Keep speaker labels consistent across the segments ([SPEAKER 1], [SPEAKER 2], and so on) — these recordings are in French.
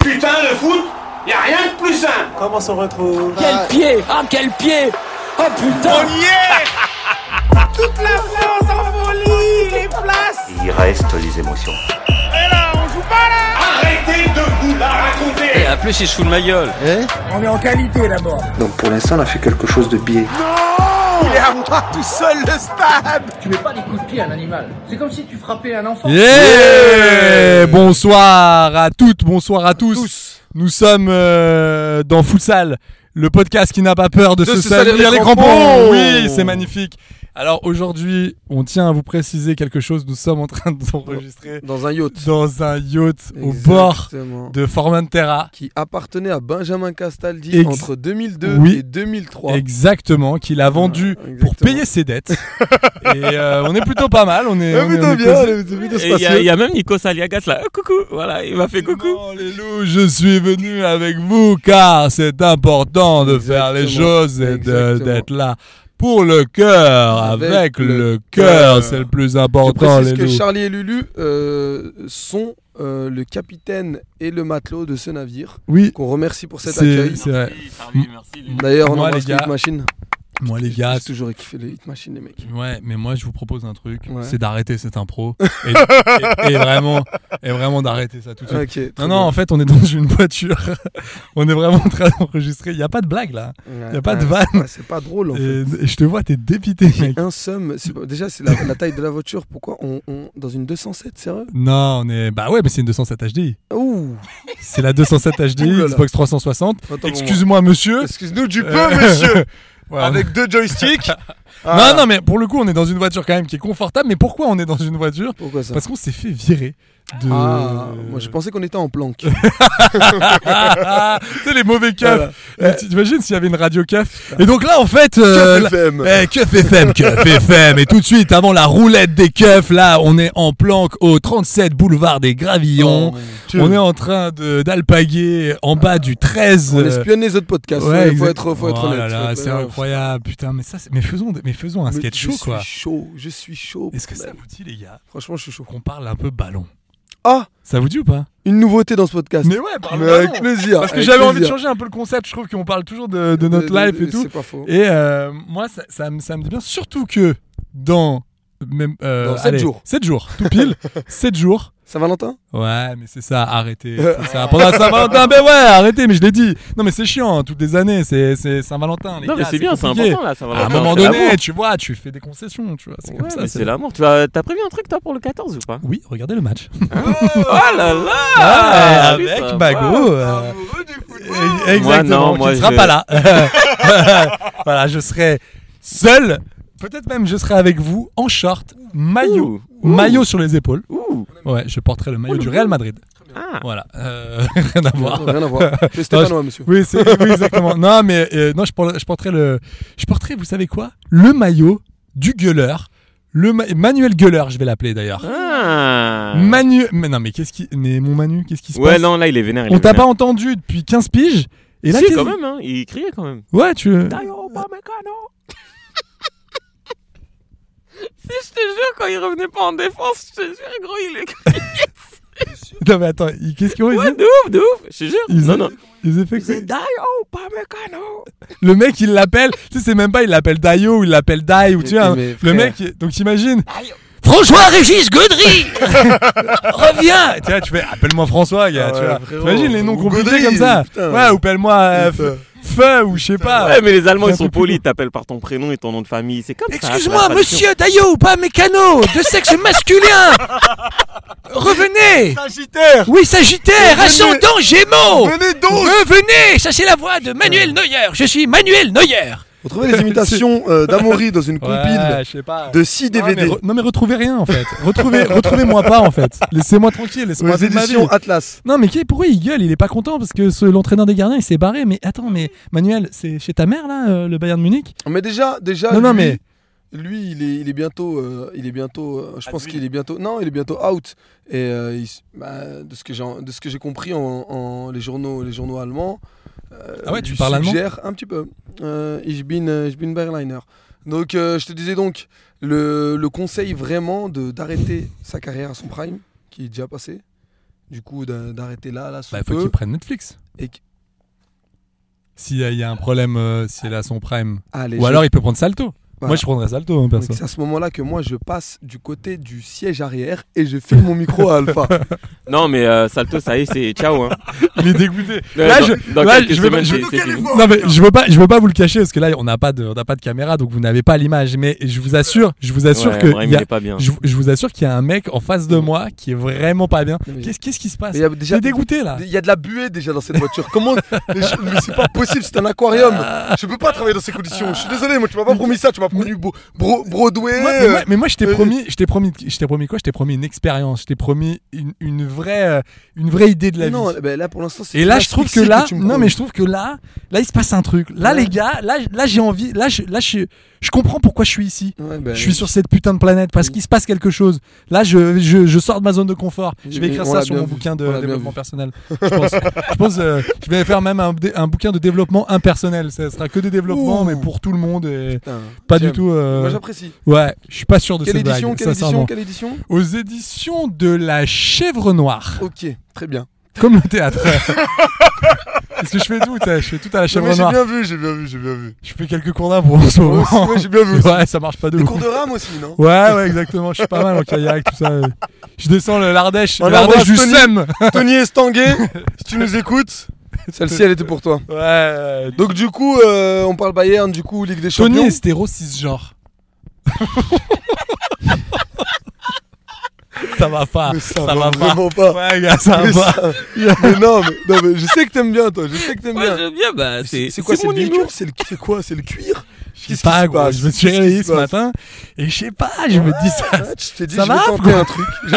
[SPEAKER 1] Putain, le foot, y a rien de plus simple.
[SPEAKER 2] Comment on se retrouve
[SPEAKER 3] Quel pied Ah, quel pied Oh putain
[SPEAKER 4] y est Toute la France en folie Les places
[SPEAKER 5] Il reste les émotions.
[SPEAKER 4] Et là, on joue pas là
[SPEAKER 1] Arrêtez de vous la raconter.
[SPEAKER 6] En plus, il se fout de ma gueule.
[SPEAKER 4] On est en qualité d'abord
[SPEAKER 7] Donc pour l'instant, on a fait quelque chose de biais.
[SPEAKER 4] Il est à moi tout seul le stade
[SPEAKER 8] Yeah bonsoir à toutes, bonsoir à tous. Nous sommes euh, dans Futsal, le podcast qui n'a pas peur de,
[SPEAKER 9] De
[SPEAKER 8] se
[SPEAKER 9] se salir
[SPEAKER 8] salir les
[SPEAKER 9] les
[SPEAKER 8] crampons.
[SPEAKER 9] crampons.
[SPEAKER 8] Oui, c'est magnifique. Alors aujourd'hui, on tient à vous préciser quelque chose. Nous sommes en train d'enregistrer
[SPEAKER 9] Dans un yacht.
[SPEAKER 8] dans un yacht au bord
[SPEAKER 9] Exactement.
[SPEAKER 8] de Formentera.
[SPEAKER 9] Qui appartenait à Benjamin Castaldi
[SPEAKER 8] Ex-
[SPEAKER 9] entre 2002
[SPEAKER 8] Oui.
[SPEAKER 9] et 2003.
[SPEAKER 8] Exactement, qu'il a vendu
[SPEAKER 9] Voilà,
[SPEAKER 8] pour
[SPEAKER 9] exactement.
[SPEAKER 8] payer ses dettes. Et euh, on est plutôt pas mal. On est,
[SPEAKER 9] Eh,
[SPEAKER 8] on est- on
[SPEAKER 9] putain,
[SPEAKER 8] est
[SPEAKER 9] bien,
[SPEAKER 8] posé.
[SPEAKER 9] elle est- c'est plutôt
[SPEAKER 6] Et il y, a-
[SPEAKER 9] spacieux.
[SPEAKER 6] il y a même Nico Saliagas là. Euh, coucou, voilà, il m'a fait coucou.
[SPEAKER 8] Non, les loups, je suis venu avec vous car c'est important de faire les
[SPEAKER 9] Exactement.
[SPEAKER 8] choses et de-
[SPEAKER 9] Exactement.
[SPEAKER 8] d'être là pour le cœur, avec,
[SPEAKER 9] Avec
[SPEAKER 8] le
[SPEAKER 9] le
[SPEAKER 8] cœur,
[SPEAKER 9] cœur.
[SPEAKER 8] c'est le plus
[SPEAKER 9] Je
[SPEAKER 8] important, les
[SPEAKER 9] précise que
[SPEAKER 8] loups.
[SPEAKER 9] Charlie et Lulu euh, sont euh, le capitaine et le matelot de ce navire.
[SPEAKER 8] Oui,
[SPEAKER 9] Qu'on remercie pour cet
[SPEAKER 8] c'est
[SPEAKER 9] accueil.
[SPEAKER 8] c'est vrai.
[SPEAKER 9] D'ailleurs, on
[SPEAKER 8] Moi,
[SPEAKER 9] embrasse
[SPEAKER 8] les
[SPEAKER 9] les
[SPEAKER 8] gars,
[SPEAKER 9] Hit Machine.
[SPEAKER 8] Moi, les gars,
[SPEAKER 9] J'ai toujours kiffé les Hit Machine, les mecs.
[SPEAKER 8] Ouais, mais moi je vous propose un truc,
[SPEAKER 9] Ouais.
[SPEAKER 8] c'est d'arrêter cette impro et, et- et vraiment, et vraiment d'arrêter ça tout de suite.
[SPEAKER 9] Ok. très
[SPEAKER 8] Non, non, en fait, on est dans une voiture. on est vraiment en train d'enregistrer. Il n'y a pas de blague là.
[SPEAKER 9] bien.
[SPEAKER 8] y a pas de
[SPEAKER 9] Ouais,
[SPEAKER 8] vanne.
[SPEAKER 9] ouais, C'est pas drôle en fait.
[SPEAKER 8] Et, et je te vois, t'es dépité, mec.
[SPEAKER 9] Un somme, c'est pas- déjà c'est la, la taille de la voiture. Pourquoi on, on- dans une 207 sérieux
[SPEAKER 8] Non, on est. Bah ouais, mais c'est une 207 HDI.
[SPEAKER 9] Ouh,
[SPEAKER 8] C'est la 207
[SPEAKER 9] Ouh là
[SPEAKER 8] HDI,
[SPEAKER 9] là.
[SPEAKER 8] Xbox 360.
[SPEAKER 9] Attends,
[SPEAKER 8] Excuse-moi, monsieur.
[SPEAKER 9] Excuse-nous du peu,
[SPEAKER 8] Euh,
[SPEAKER 9] monsieur
[SPEAKER 8] Voilà.
[SPEAKER 9] Avec deux joysticks Ah.
[SPEAKER 8] Non, non, mais pour le coup, on est dans une voiture quand même qui est confortable. Mais pourquoi on est dans une voiture
[SPEAKER 9] Pourquoi ça
[SPEAKER 8] Parce qu'on s'est fait virer. De...
[SPEAKER 9] Ah, moi je pensais qu'on était en
[SPEAKER 8] euh,
[SPEAKER 9] planque.
[SPEAKER 8] tu sais, les mauvais keufs. Et tu T'imagines s'il y avait une radio keuf Et donc là, en fait. euh,
[SPEAKER 9] Euh, Keuf FM.
[SPEAKER 8] la- Eh, keuf FM, keuf FM. Et tout de suite, avant la roulette des keufs, là, on est en planque au 37 boulevard des Gravillons.
[SPEAKER 9] Oh, mon Dieu.
[SPEAKER 8] on est en train de- d'alpaguer en bas du 13.
[SPEAKER 9] On
[SPEAKER 8] euh,
[SPEAKER 9] espionne les autres podcasts.
[SPEAKER 8] Ouais,
[SPEAKER 9] il faut
[SPEAKER 8] exact-
[SPEAKER 9] être, faut être
[SPEAKER 8] Oh là
[SPEAKER 9] honnête.
[SPEAKER 8] là,
[SPEAKER 9] faut être-
[SPEAKER 8] c'est incroyable, putain, mais ça, c'est- mais faisons, mais faisons un
[SPEAKER 9] Mais
[SPEAKER 8] sketch show, quoi.
[SPEAKER 9] Je suis chaud, je suis chaud.
[SPEAKER 8] Est-ce que ça
[SPEAKER 9] bordel.
[SPEAKER 8] vous dit, les gars,
[SPEAKER 9] Franchement, je suis chaud.
[SPEAKER 8] qu'on parle un peu ballon
[SPEAKER 9] Ah,
[SPEAKER 8] Ça vous dit ou pas
[SPEAKER 9] une nouveauté dans ce podcast.
[SPEAKER 8] Mais ouais, parle
[SPEAKER 9] Mais
[SPEAKER 8] ballon.
[SPEAKER 9] avec plaisir.
[SPEAKER 8] Parce que
[SPEAKER 9] avec
[SPEAKER 8] j'avais envie de
[SPEAKER 9] plaisir.
[SPEAKER 8] changer un peu le concept. Je trouve qu'on parle toujours de, de notre
[SPEAKER 9] De- de-
[SPEAKER 8] life et
[SPEAKER 9] de-
[SPEAKER 8] tout.
[SPEAKER 9] C'est pas faux.
[SPEAKER 8] Et euh, moi, ça, ça me, ça me dit bien, surtout que dans même euh,
[SPEAKER 9] Dans sept
[SPEAKER 8] allez,
[SPEAKER 9] jours.
[SPEAKER 8] 7 jours, tout pile, 7 jours.
[SPEAKER 9] Saint-Valentin
[SPEAKER 8] Ouais, mais c'est ça, arrêtez. c'est ça. Pendant Saint-Valentin, ben ouais, arrêtez, mais je l'ai dit. Non, mais c'est chiant, hein, toutes les années, c'est c'est Saint-Valentin. les
[SPEAKER 6] Non, mais
[SPEAKER 8] gars,
[SPEAKER 6] Ah, c'est bien, c'est
[SPEAKER 8] compliqué.
[SPEAKER 6] important là, ça va.
[SPEAKER 8] À un
[SPEAKER 6] Attends,
[SPEAKER 8] moment
[SPEAKER 6] Ah, c'est
[SPEAKER 8] donné,
[SPEAKER 6] l'amour.
[SPEAKER 8] tu vois, tu fais des concessions, tu vois. C'est comme
[SPEAKER 6] Ouais,
[SPEAKER 8] ça.
[SPEAKER 6] mais
[SPEAKER 8] c'est-
[SPEAKER 6] c'est l'amour. Tu vas- T'as prévu un truc toi pour le 14 ou pas
[SPEAKER 8] Oui, regardez le match.
[SPEAKER 6] Oh là là Ah, oui, ça
[SPEAKER 8] avec
[SPEAKER 6] va.
[SPEAKER 8] Bago. euh, e- Exactement.
[SPEAKER 6] Moi, non,
[SPEAKER 8] qui
[SPEAKER 6] moi,
[SPEAKER 8] ne sera
[SPEAKER 6] je-
[SPEAKER 8] pas là. voilà, je serai seul. Peut-être même je serai avec vous en short, maillot,
[SPEAKER 6] Ouh.
[SPEAKER 8] maillot sur les épaules.
[SPEAKER 6] Ouh.
[SPEAKER 8] Ouais, je porterai le maillot du Real Madrid.
[SPEAKER 6] Ah.
[SPEAKER 8] Voilà, euh, rien à voir.
[SPEAKER 9] Rien à voir. Je suis stéphanois, monsieur.
[SPEAKER 8] Oui, c'est oui, exactement. non, mais euh, non, je porterai, je porterai le, je porterai, vous savez quoi Le maillot du gueuleur, le ma- Manuel Gueuleur, je vais l'appeler d'ailleurs.
[SPEAKER 6] Ah.
[SPEAKER 8] Manu, mais non, mais qu'est-ce qui, mais mon Manu, qu'est-ce qui se
[SPEAKER 6] Ouais,
[SPEAKER 8] passe
[SPEAKER 6] non, là il est vénère. il
[SPEAKER 8] On
[SPEAKER 6] est
[SPEAKER 8] t'a
[SPEAKER 6] vénère.
[SPEAKER 8] pas entendu depuis 15 piges et là,
[SPEAKER 6] Si,
[SPEAKER 8] qu'est-ce-
[SPEAKER 6] quand même, hein, il criait quand même.
[SPEAKER 8] ouais, tu.
[SPEAKER 6] Tayo Upamecano. Si je te jure, quand il revenait pas en défense, je te jure, gros, il est.
[SPEAKER 8] Non mais attends, ils- qu'est-ce qu'ils ont
[SPEAKER 6] Ouais,
[SPEAKER 8] ils-
[SPEAKER 6] de ouf, de ouf, je te jure.
[SPEAKER 8] ils-
[SPEAKER 6] non, non.
[SPEAKER 8] ils ont fait quoi
[SPEAKER 6] C'est Dayo Upamecano.
[SPEAKER 8] Le mec, il l'appelle, tu sais, c'est même pas, il l'appelle Dayo ou il l'appelle Dai ou tu
[SPEAKER 9] Mais-
[SPEAKER 8] vois.
[SPEAKER 9] mais
[SPEAKER 8] Le
[SPEAKER 9] frère.
[SPEAKER 8] mec, il- donc t'imagines.
[SPEAKER 6] Dayo.
[SPEAKER 8] François Régis Gaudry Reviens Tu vois, tu fais appelle-moi François, gars,
[SPEAKER 9] Ah
[SPEAKER 8] tu
[SPEAKER 9] ouais,
[SPEAKER 8] vois.
[SPEAKER 9] frérot.
[SPEAKER 8] T'imagines les noms
[SPEAKER 9] Ou
[SPEAKER 8] compliqués
[SPEAKER 9] Gaudry,
[SPEAKER 8] comme ça
[SPEAKER 9] putain.
[SPEAKER 8] Ouais, ou appelle-moi euh,
[SPEAKER 9] Putain.
[SPEAKER 8] F- Feu ou je sais pas.
[SPEAKER 6] Ouais, mais les Allemands,
[SPEAKER 8] C'est
[SPEAKER 6] ils
[SPEAKER 8] un
[SPEAKER 6] sont
[SPEAKER 8] peu plus
[SPEAKER 6] polis, ils t'appellent par ton prénom et ton nom de famille. C'est comme ça, c'est la
[SPEAKER 8] Excuse-moi,
[SPEAKER 6] tradition.
[SPEAKER 8] monsieur Dayo, pas mécano, de sexe masculin Revenez
[SPEAKER 9] Sagittaire
[SPEAKER 8] Oui, Sagittaire,
[SPEAKER 9] Revenez.
[SPEAKER 8] ascendant Gémeaux
[SPEAKER 9] Venez donc
[SPEAKER 8] Revenez Ça c'est la voix de Manuel Neuer, je suis Manuel Neuer
[SPEAKER 9] Vous trouvez les imitations euh, d'Amaury dans une compile
[SPEAKER 8] je sais pas.
[SPEAKER 9] de 6
[SPEAKER 8] Non mais,
[SPEAKER 9] DVD
[SPEAKER 8] re- non, mais retrouvez rien en fait. Retrouvez, retrouvez-moi pas en fait. Laissez-moi tranquille, laissez-moi
[SPEAKER 9] aux
[SPEAKER 8] vivre ma vie.
[SPEAKER 9] éditions Atlas.
[SPEAKER 8] Non mais qui- pourquoi il gueule Il est pas content parce que ce- l'entraîneur des gardiens il s'est barré. Mais attends, mais Manuel, c'est chez ta mère là, euh, le Bayern de Munich
[SPEAKER 9] Mais déjà, déjà.
[SPEAKER 8] Non, non,
[SPEAKER 9] lui-
[SPEAKER 8] mais-
[SPEAKER 9] Lui, il est, il est bientôt, euh, il est bientôt, euh, je pense qu'il est bientôt, non, il est bientôt out. Et euh, il s- bah, de ce que j'ai, de ce que j'ai compris en, en- les journaux, les journaux allemands. euh,
[SPEAKER 8] Ah ouais, tu
[SPEAKER 9] lui
[SPEAKER 8] parles allemand
[SPEAKER 9] suggèrent un petit peu. Euh, ich bin, euh, ich bin Berliner. Donc, euh, je te disais donc le, le conseil vraiment de d'arrêter sa carrière à son prime, qui est déjà passé, du coup, d'un- d'arrêter là, là, sous
[SPEAKER 8] Bah, il faut
[SPEAKER 9] peu.
[SPEAKER 8] qu'il prenne Netflix.
[SPEAKER 9] Et qu'-
[SPEAKER 8] S'il y, a- il y a un problème, euh, si elle a son prime.
[SPEAKER 9] Ah, les
[SPEAKER 8] Ou
[SPEAKER 9] gens-
[SPEAKER 8] alors il peut prendre Salto.
[SPEAKER 9] Voilà.
[SPEAKER 8] Moi je prendrais Salto, hein,
[SPEAKER 9] Donc,
[SPEAKER 8] perso.
[SPEAKER 9] C'est à ce moment-là que moi, je passe du côté du siège arrière et je file mon micro à Alpha.
[SPEAKER 2] Non, mais euh, Salto, ça y est, c'est ciao. Hein.
[SPEAKER 8] Il est dégoûté.
[SPEAKER 2] Euh,
[SPEAKER 8] Là,
[SPEAKER 2] dans-
[SPEAKER 8] je-
[SPEAKER 2] dans
[SPEAKER 8] là,
[SPEAKER 2] quelques
[SPEAKER 8] je veux pas-
[SPEAKER 2] semaines,
[SPEAKER 8] je-
[SPEAKER 2] c'est- c'est fini.
[SPEAKER 8] Non mais je veux pas, je veux pas vous le cacher parce que là on n'a pas de, on n'a pas de caméra donc vous n'avez pas l'image. Mais je vous assure, je vous assure
[SPEAKER 2] Ouais,
[SPEAKER 8] que
[SPEAKER 2] Brahim,
[SPEAKER 8] il y a-
[SPEAKER 2] il est pas bien.
[SPEAKER 8] je, vous- je vous assure qu'il y a un mec en face de moi qui est vraiment pas bien.
[SPEAKER 9] Non, mais-
[SPEAKER 8] Qu'est-ce qu'est-ce qui se passe
[SPEAKER 9] Mais il y a
[SPEAKER 8] J'ai
[SPEAKER 9] déjà
[SPEAKER 8] dégoûté là.
[SPEAKER 9] Il y a de la buée déjà dans cette voiture. Comment Mais je- mais c'est pas possible, c'est un aquarium. Je peux pas travailler dans ces conditions. Je suis désolé, moi tu m'as pas promis ça, tu m'as promis Bo- Bro- Broadway.
[SPEAKER 8] Moi, mais,
[SPEAKER 9] euh,
[SPEAKER 8] moi, mais moi, je t'ai
[SPEAKER 9] euh,
[SPEAKER 8] promis, je t'ai promis, je t'ai promis quoi Je t'ai promis une expérience, je t'ai promis une, une vraie, euh, une vraie idée de la
[SPEAKER 9] non,
[SPEAKER 8] vie.
[SPEAKER 9] ben là pour l'instant c'est
[SPEAKER 8] Et là,
[SPEAKER 9] de
[SPEAKER 8] je trouve que
[SPEAKER 9] l'asphyxie
[SPEAKER 8] là,
[SPEAKER 9] tu me
[SPEAKER 8] non
[SPEAKER 9] promis.
[SPEAKER 8] mais je trouve que là, là il se passe un truc. Là
[SPEAKER 9] Ouais.
[SPEAKER 8] les gars, là, là j'ai envie, là je, là je, je comprends pourquoi je suis ici.
[SPEAKER 9] Ouais, Mm. ben,
[SPEAKER 8] Je suis sur cette putain de planète parce qu'il se passe quelque chose. Là, je, je, je sors de ma zone de confort. Je vais
[SPEAKER 9] Mais
[SPEAKER 8] écrire
[SPEAKER 9] on
[SPEAKER 8] ça
[SPEAKER 9] l'a
[SPEAKER 8] sur
[SPEAKER 9] bien
[SPEAKER 8] mon
[SPEAKER 9] vu.
[SPEAKER 8] bouquin de
[SPEAKER 9] On l'a bien
[SPEAKER 8] développement
[SPEAKER 9] vu.
[SPEAKER 8] personnel. Je pense, je, pense, euh, je vais faire même un, dé- un bouquin de développement impersonnel. Ça sera que des développements,
[SPEAKER 9] Ouh.
[SPEAKER 8] mais pour tout le monde. et
[SPEAKER 9] Putain,
[SPEAKER 8] pas du
[SPEAKER 9] j'aime.
[SPEAKER 8] tout. euh,
[SPEAKER 9] Moi j'apprécie.
[SPEAKER 8] ouais, je suis pas sûr de
[SPEAKER 9] Quelle
[SPEAKER 8] cette
[SPEAKER 9] édition,
[SPEAKER 8] blague,
[SPEAKER 9] quelle édition,
[SPEAKER 8] sincèrement.
[SPEAKER 9] quelle édition
[SPEAKER 8] Aux éditions de La Chèvre Noire,
[SPEAKER 9] OK, très bien.
[SPEAKER 8] comme le théâtre. Parce que je fais tout, ça, je fais tout à
[SPEAKER 9] Non,
[SPEAKER 8] La
[SPEAKER 9] mais
[SPEAKER 8] Chèvre
[SPEAKER 9] j'ai
[SPEAKER 8] Noire.
[SPEAKER 9] bien vu, j'ai bien vu, j'ai bien vu.
[SPEAKER 8] Je fais quelques cours d'impro en ce
[SPEAKER 9] Moi aussi,
[SPEAKER 8] moment.
[SPEAKER 9] moi, j'ai bien vu. aussi.
[SPEAKER 8] Ouais, ça marche pas de
[SPEAKER 9] Des
[SPEAKER 8] ouf.
[SPEAKER 9] cours de rame aussi, non
[SPEAKER 8] Ouais, ouais, exactement. Je suis pas mal en kayak, tout ça. euh. Je descends le- l'Ardèche,
[SPEAKER 9] On
[SPEAKER 8] l'Ardèche
[SPEAKER 9] embrasse
[SPEAKER 8] du
[SPEAKER 9] Tony.
[SPEAKER 8] SEM.
[SPEAKER 9] Tony Estanguet, si tu nous écoutes, celle-ci elle était pour toi.
[SPEAKER 8] Ouais, ouais.
[SPEAKER 9] Donc du coup, euh, on parle Bayern, du coup Ligue des
[SPEAKER 8] Tony
[SPEAKER 9] Champions.
[SPEAKER 8] est stéro cisgenre. ça va pas.
[SPEAKER 9] Mais
[SPEAKER 8] Ça, va, pas.
[SPEAKER 9] vraiment pas.
[SPEAKER 8] Ouais, gars, ça
[SPEAKER 9] Mais
[SPEAKER 8] va.
[SPEAKER 9] ça- mais non, mais, non, mais je sais que t'aimes bien, toi. Je sais que t'aimes
[SPEAKER 6] Moi,
[SPEAKER 9] bien.
[SPEAKER 6] j'aime bien, bah, c'est
[SPEAKER 9] C'est quoi,
[SPEAKER 6] c'est
[SPEAKER 9] c'est
[SPEAKER 6] mon
[SPEAKER 9] le
[SPEAKER 6] humour.
[SPEAKER 9] cuir C'est le- c'est quoi C'est le cuir
[SPEAKER 8] Je sais
[SPEAKER 9] Qu'est-ce
[SPEAKER 8] pas,
[SPEAKER 9] qui se
[SPEAKER 8] gros.
[SPEAKER 9] passe
[SPEAKER 8] Je me suis
[SPEAKER 9] Qu'est-ce qui
[SPEAKER 8] réveillé
[SPEAKER 9] se
[SPEAKER 8] ce
[SPEAKER 9] passe
[SPEAKER 8] matin et je sais pas, je me dis ça.
[SPEAKER 9] Ah, Tu t'es dit,
[SPEAKER 8] Ça
[SPEAKER 9] je vais
[SPEAKER 8] va,
[SPEAKER 9] tenter un truc. Je-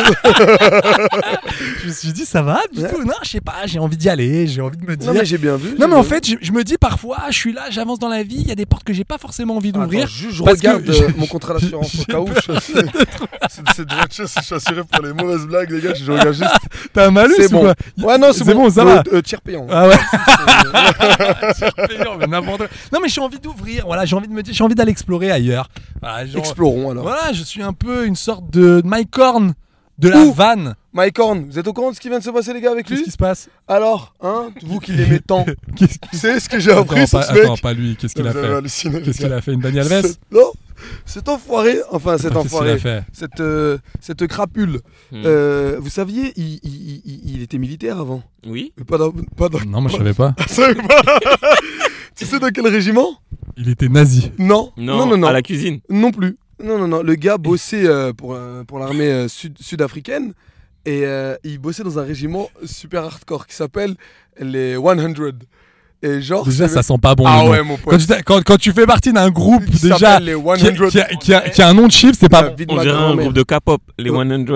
[SPEAKER 8] Je me suis dit, ça va du
[SPEAKER 9] Ouais.
[SPEAKER 8] tout. Non, je sais pas, j'ai envie d'y aller, j'ai envie de me dire.
[SPEAKER 9] Non, mais j'ai bien vu.
[SPEAKER 8] Non,
[SPEAKER 9] j'ai
[SPEAKER 8] mais en
[SPEAKER 9] bien
[SPEAKER 8] fait, je, je me dis parfois, je suis là, j'avance dans la vie, il y a des portes que j'ai pas forcément envie
[SPEAKER 9] vu.
[SPEAKER 8] d'ouvrir.
[SPEAKER 9] Attends, juste, je
[SPEAKER 8] parce que
[SPEAKER 9] regarde
[SPEAKER 8] j'ai-
[SPEAKER 9] euh, mon contrat d'assurance au
[SPEAKER 8] j'ai
[SPEAKER 9] cas où. je- C'est- Cette voiture, je suis assuré pour les mauvaises blagues, les gars. Je regarde juste.
[SPEAKER 8] T'as un malus
[SPEAKER 9] euh, C'est
[SPEAKER 8] ou
[SPEAKER 9] bon.
[SPEAKER 8] quoi
[SPEAKER 9] Ouais, non, c'est
[SPEAKER 8] C'est bon, ça va.
[SPEAKER 9] Le- euh, Tiers payant.
[SPEAKER 8] Ah ouais. Payant, mais n'importe quoi. Non mais j'ai envie d'ouvrir, voilà, j'ai envie de me dire, j'ai envie d'aller explorer ailleurs. Voilà, genre-
[SPEAKER 9] Explorons alors.
[SPEAKER 8] voilà, je suis un peu une sorte de Mike Horn de la
[SPEAKER 9] Ouh.
[SPEAKER 8] vanne.
[SPEAKER 9] Mike Horn, vous êtes au courant de ce qui vient de se passer, les gars, avec
[SPEAKER 8] Qu'est-ce
[SPEAKER 9] lui
[SPEAKER 8] qui se passe
[SPEAKER 9] Alors, hein, vous qui l'aimez tant,
[SPEAKER 8] Qu'est-ce qui-
[SPEAKER 9] vous savez ce que j'ai
[SPEAKER 8] Attends,
[SPEAKER 9] appris sur
[SPEAKER 8] pas,
[SPEAKER 9] ce
[SPEAKER 8] attends,
[SPEAKER 9] mec
[SPEAKER 8] pas lui, qu'est-ce qu'il a
[SPEAKER 9] Vous allez
[SPEAKER 8] fait
[SPEAKER 9] halluciner, les
[SPEAKER 8] Qu'est-ce qu'il
[SPEAKER 9] gars.
[SPEAKER 8] a fait Une Daniel Alves
[SPEAKER 9] Ce- Non Cet enfoiré, enfin cet
[SPEAKER 8] Attends, qu'est-ce qu'il a
[SPEAKER 9] enfoiré,
[SPEAKER 8] fait
[SPEAKER 9] cette, euh, cette crapule.
[SPEAKER 2] Hmm.
[SPEAKER 9] Euh, vous saviez, il, il- il- il était militaire avant.
[SPEAKER 2] Oui.
[SPEAKER 9] Mais pas dans. Pas dans...
[SPEAKER 8] Non, moi je savais pas.
[SPEAKER 9] Je savais pas. tu sais dans quel régiment
[SPEAKER 8] Il était nazi.
[SPEAKER 9] non.
[SPEAKER 2] Non,
[SPEAKER 9] non, non, non.
[SPEAKER 2] À la cuisine.
[SPEAKER 9] Non plus. Non, non, non. Le gars bossait euh, pour, euh, pour l'armée euh, sud- sud-africaine. et euh, il bossait dans un régiment super hardcore qui s'appelle les 100. Et genre.
[SPEAKER 8] Déjà,
[SPEAKER 9] c'est-
[SPEAKER 8] ça sent pas bon.
[SPEAKER 9] Ah
[SPEAKER 8] le nom.
[SPEAKER 9] ouais, mon
[SPEAKER 8] quand,
[SPEAKER 9] pote.
[SPEAKER 8] tu, t'as- quand, quand tu fais partie d'un groupe
[SPEAKER 9] Qui
[SPEAKER 8] déjà
[SPEAKER 9] s'appelle les
[SPEAKER 8] qui,
[SPEAKER 9] 100.
[SPEAKER 8] qui a, qui a- qui a un nom de chip, c'est pas
[SPEAKER 9] Ah,
[SPEAKER 8] bon.
[SPEAKER 9] vite,
[SPEAKER 2] On
[SPEAKER 9] ma
[SPEAKER 2] dirait un
[SPEAKER 9] grand-mère.
[SPEAKER 2] groupe de K-pop, les 100.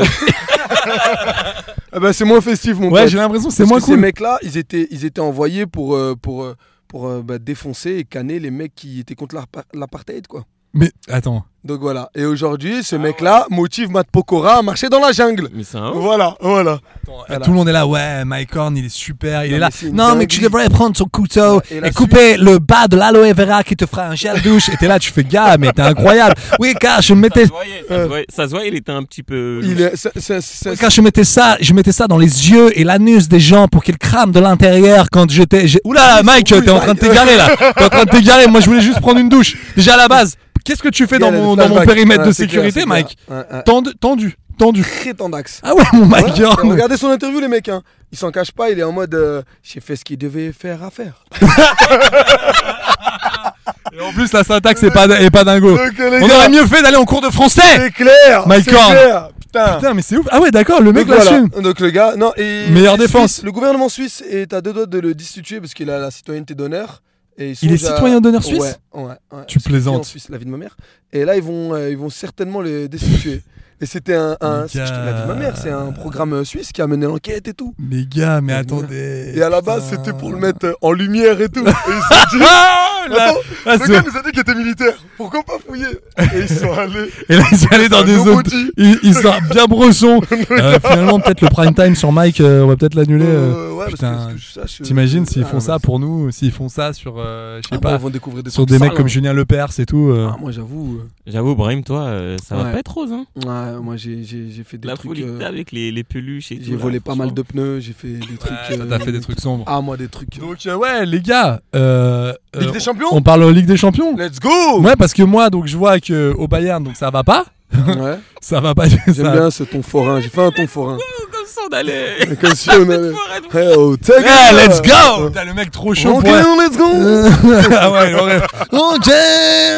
[SPEAKER 9] Ah bah, c'est moins festif, mon
[SPEAKER 8] Ouais,
[SPEAKER 9] pote.
[SPEAKER 8] j'ai l'impression que c'est
[SPEAKER 9] Parce
[SPEAKER 8] moins
[SPEAKER 9] que Ces
[SPEAKER 8] cool.
[SPEAKER 9] mecs-là, ils étaient, ils étaient envoyés pour, euh, pour, euh, pour euh, bah, défoncer et canner les mecs qui étaient contre l'apar- l'apartheid, quoi.
[SPEAKER 8] Mais attends,
[SPEAKER 9] Donc voilà. Et aujourd'hui,
[SPEAKER 8] Ah
[SPEAKER 9] ce mec-là motive Matt Pokora à marcher dans la jungle.
[SPEAKER 2] Mais c'est un ouf.
[SPEAKER 9] Voilà, voilà. Voilà.
[SPEAKER 8] tout le monde est là, ouais, Mike Horn, il est super, il
[SPEAKER 9] Non,
[SPEAKER 8] est là.
[SPEAKER 9] mais c'est une
[SPEAKER 8] Non, mais tu
[SPEAKER 9] dinguerie.
[SPEAKER 8] devrais prendre son couteau
[SPEAKER 9] Ouais, et
[SPEAKER 8] et,
[SPEAKER 9] la
[SPEAKER 8] couper le bas de l'aloe vera qui te fera un gel douche. et t'es là, tu fais gars, mais t'es incroyable. Oui, car je
[SPEAKER 2] Ça
[SPEAKER 8] mettais.
[SPEAKER 2] se voyait, ça se voyait. Ça se voyait, il était un petit peu.
[SPEAKER 9] Il est, c'est- c'est-
[SPEAKER 8] oui,
[SPEAKER 9] c'est-
[SPEAKER 8] Car je mettais ça, je mettais ça dans les yeux et l'anus des gens pour qu'ils crament de l'intérieur quand j'étais. j'ai- Oula, Mike,
[SPEAKER 9] Oui,
[SPEAKER 8] t'es en train de
[SPEAKER 9] Mike.
[SPEAKER 8] t'égarer là. T'es en train de t'égarer. Moi, je voulais juste prendre une douche. Déjà à la base, qu'est-ce que tu fais dans
[SPEAKER 9] Il y a
[SPEAKER 8] mon,
[SPEAKER 9] des
[SPEAKER 8] dans mon
[SPEAKER 9] flashbacks.
[SPEAKER 8] périmètre
[SPEAKER 9] Ouais,
[SPEAKER 8] de
[SPEAKER 9] c'est
[SPEAKER 8] sécurité,
[SPEAKER 9] clair, c'est
[SPEAKER 8] Mike
[SPEAKER 9] clair. Un- un
[SPEAKER 8] Tendu, tendu, tendu.
[SPEAKER 9] Très tendax.
[SPEAKER 8] Ah ouais, mon Mike
[SPEAKER 9] Voilà,
[SPEAKER 8] Horn.
[SPEAKER 9] regardez son interview, les mecs. Hein. Il s'en cache pas, il est en mode euh, j'ai fait ce qu'il devait faire à faire.
[SPEAKER 8] Et en plus, la syntaxe est pas, est pas dingo.
[SPEAKER 9] Donc, euh, les
[SPEAKER 8] On
[SPEAKER 9] gars,
[SPEAKER 8] aurait mieux fait d'aller en cours de français.
[SPEAKER 9] C'est clair
[SPEAKER 8] Mike
[SPEAKER 9] c'est
[SPEAKER 8] Horn.
[SPEAKER 9] clair, Putain,
[SPEAKER 8] Putain, mais c'est ouf. Ah ouais, d'accord, le mec
[SPEAKER 9] Donc, voilà.
[SPEAKER 8] l'assume.
[SPEAKER 9] Donc le gars, non, et.
[SPEAKER 8] Meilleure
[SPEAKER 9] et Suisse,
[SPEAKER 8] défense.
[SPEAKER 9] le gouvernement suisse est à deux doigts de le destituer parce qu'il a la citoyenneté d'honneur. Et
[SPEAKER 8] Il est
[SPEAKER 9] songe à-
[SPEAKER 8] citoyen d'honneur suisse
[SPEAKER 9] Ouais, ouais, ouais. Parce
[SPEAKER 8] Tu
[SPEAKER 9] qu'il est
[SPEAKER 8] plaisantes.
[SPEAKER 9] En Suisse, la vie de ma mère. Et là, ils vont, euh, ils vont certainement le destituer. Et c'était un. un-
[SPEAKER 8] Les
[SPEAKER 9] c'est- je te- la vie de ma
[SPEAKER 8] gars.
[SPEAKER 9] mère, c'est un programme euh, suisse qui a mené l'enquête et tout.
[SPEAKER 8] Mais gars, mais
[SPEAKER 9] Et
[SPEAKER 8] attendez.
[SPEAKER 9] Et à la base,
[SPEAKER 8] putain.
[SPEAKER 9] c'était pour le mettre euh, en lumière et tout. Et ils se sont dit,
[SPEAKER 8] Ah là, là,
[SPEAKER 9] Le
[SPEAKER 8] c'est-
[SPEAKER 9] gars nous a dit qu'il était militaire. Pourquoi pas fouiller Et ils sont allés.
[SPEAKER 8] Et là, ils sont allés dans
[SPEAKER 9] un
[SPEAKER 8] des
[SPEAKER 9] nouveau
[SPEAKER 8] zones.
[SPEAKER 9] dit.
[SPEAKER 8] Ils, ils sont bien brossons. Euh, finalement, peut-être le prime time sur Mike, euh, on va peut-être l'annuler. euh.
[SPEAKER 9] Euh, ouais, parce que-
[SPEAKER 8] putain,
[SPEAKER 9] parce que je sache, euh,
[SPEAKER 8] T'imagines s'ils
[SPEAKER 9] ah,
[SPEAKER 8] font ça
[SPEAKER 9] mince.
[SPEAKER 8] pour nous, s'ils font ça sur, euh, je sais
[SPEAKER 9] Ah, bon,
[SPEAKER 8] pas,
[SPEAKER 9] ils vont découvrir des
[SPEAKER 8] sur
[SPEAKER 9] trucs
[SPEAKER 8] des mecs
[SPEAKER 9] sales,
[SPEAKER 8] comme
[SPEAKER 9] hein.
[SPEAKER 8] Julien Lepers et tout. euh.
[SPEAKER 9] Ah, moi, j'avoue. euh,
[SPEAKER 2] J'avoue, Brahim, toi, euh, ça va
[SPEAKER 9] Ouais.
[SPEAKER 2] pas être rose. Hein.
[SPEAKER 9] ouais, moi, j'ai- j'ai j'ai fait des
[SPEAKER 2] La
[SPEAKER 9] trucs.
[SPEAKER 2] folie que
[SPEAKER 9] euh,
[SPEAKER 2] t'as avec les, les peluches et tout.
[SPEAKER 9] J'ai
[SPEAKER 2] là,
[SPEAKER 9] volé pas mal
[SPEAKER 2] franchement.
[SPEAKER 9] de pneus, j'ai fait des trucs.
[SPEAKER 8] Ouais, ça
[SPEAKER 9] euh,
[SPEAKER 8] t'a fait des trucs sombres.
[SPEAKER 9] Ah, moi, des trucs.
[SPEAKER 8] Donc euh, ouais, les gars, euh, euh,
[SPEAKER 9] Ligue des Champions
[SPEAKER 8] on parle en Ligue des Champions.
[SPEAKER 9] Let's go
[SPEAKER 8] Ouais, parce que moi, donc je vois que au Bayern, donc ça va pas,
[SPEAKER 9] Ouais,
[SPEAKER 8] ça va pas.
[SPEAKER 9] j'aime
[SPEAKER 8] ça-
[SPEAKER 9] bien ce ton forain, j'ai fait un ton forain.
[SPEAKER 6] Comme ça, on allait.
[SPEAKER 9] Comme si on allait. Hey, oh, take it,
[SPEAKER 8] Yeah,
[SPEAKER 9] là.
[SPEAKER 8] let's
[SPEAKER 9] Euh,
[SPEAKER 8] go T'as le mec trop chaud
[SPEAKER 9] Ok,
[SPEAKER 8] pour être-
[SPEAKER 9] let's go
[SPEAKER 8] ah ouais, le ref. Ok,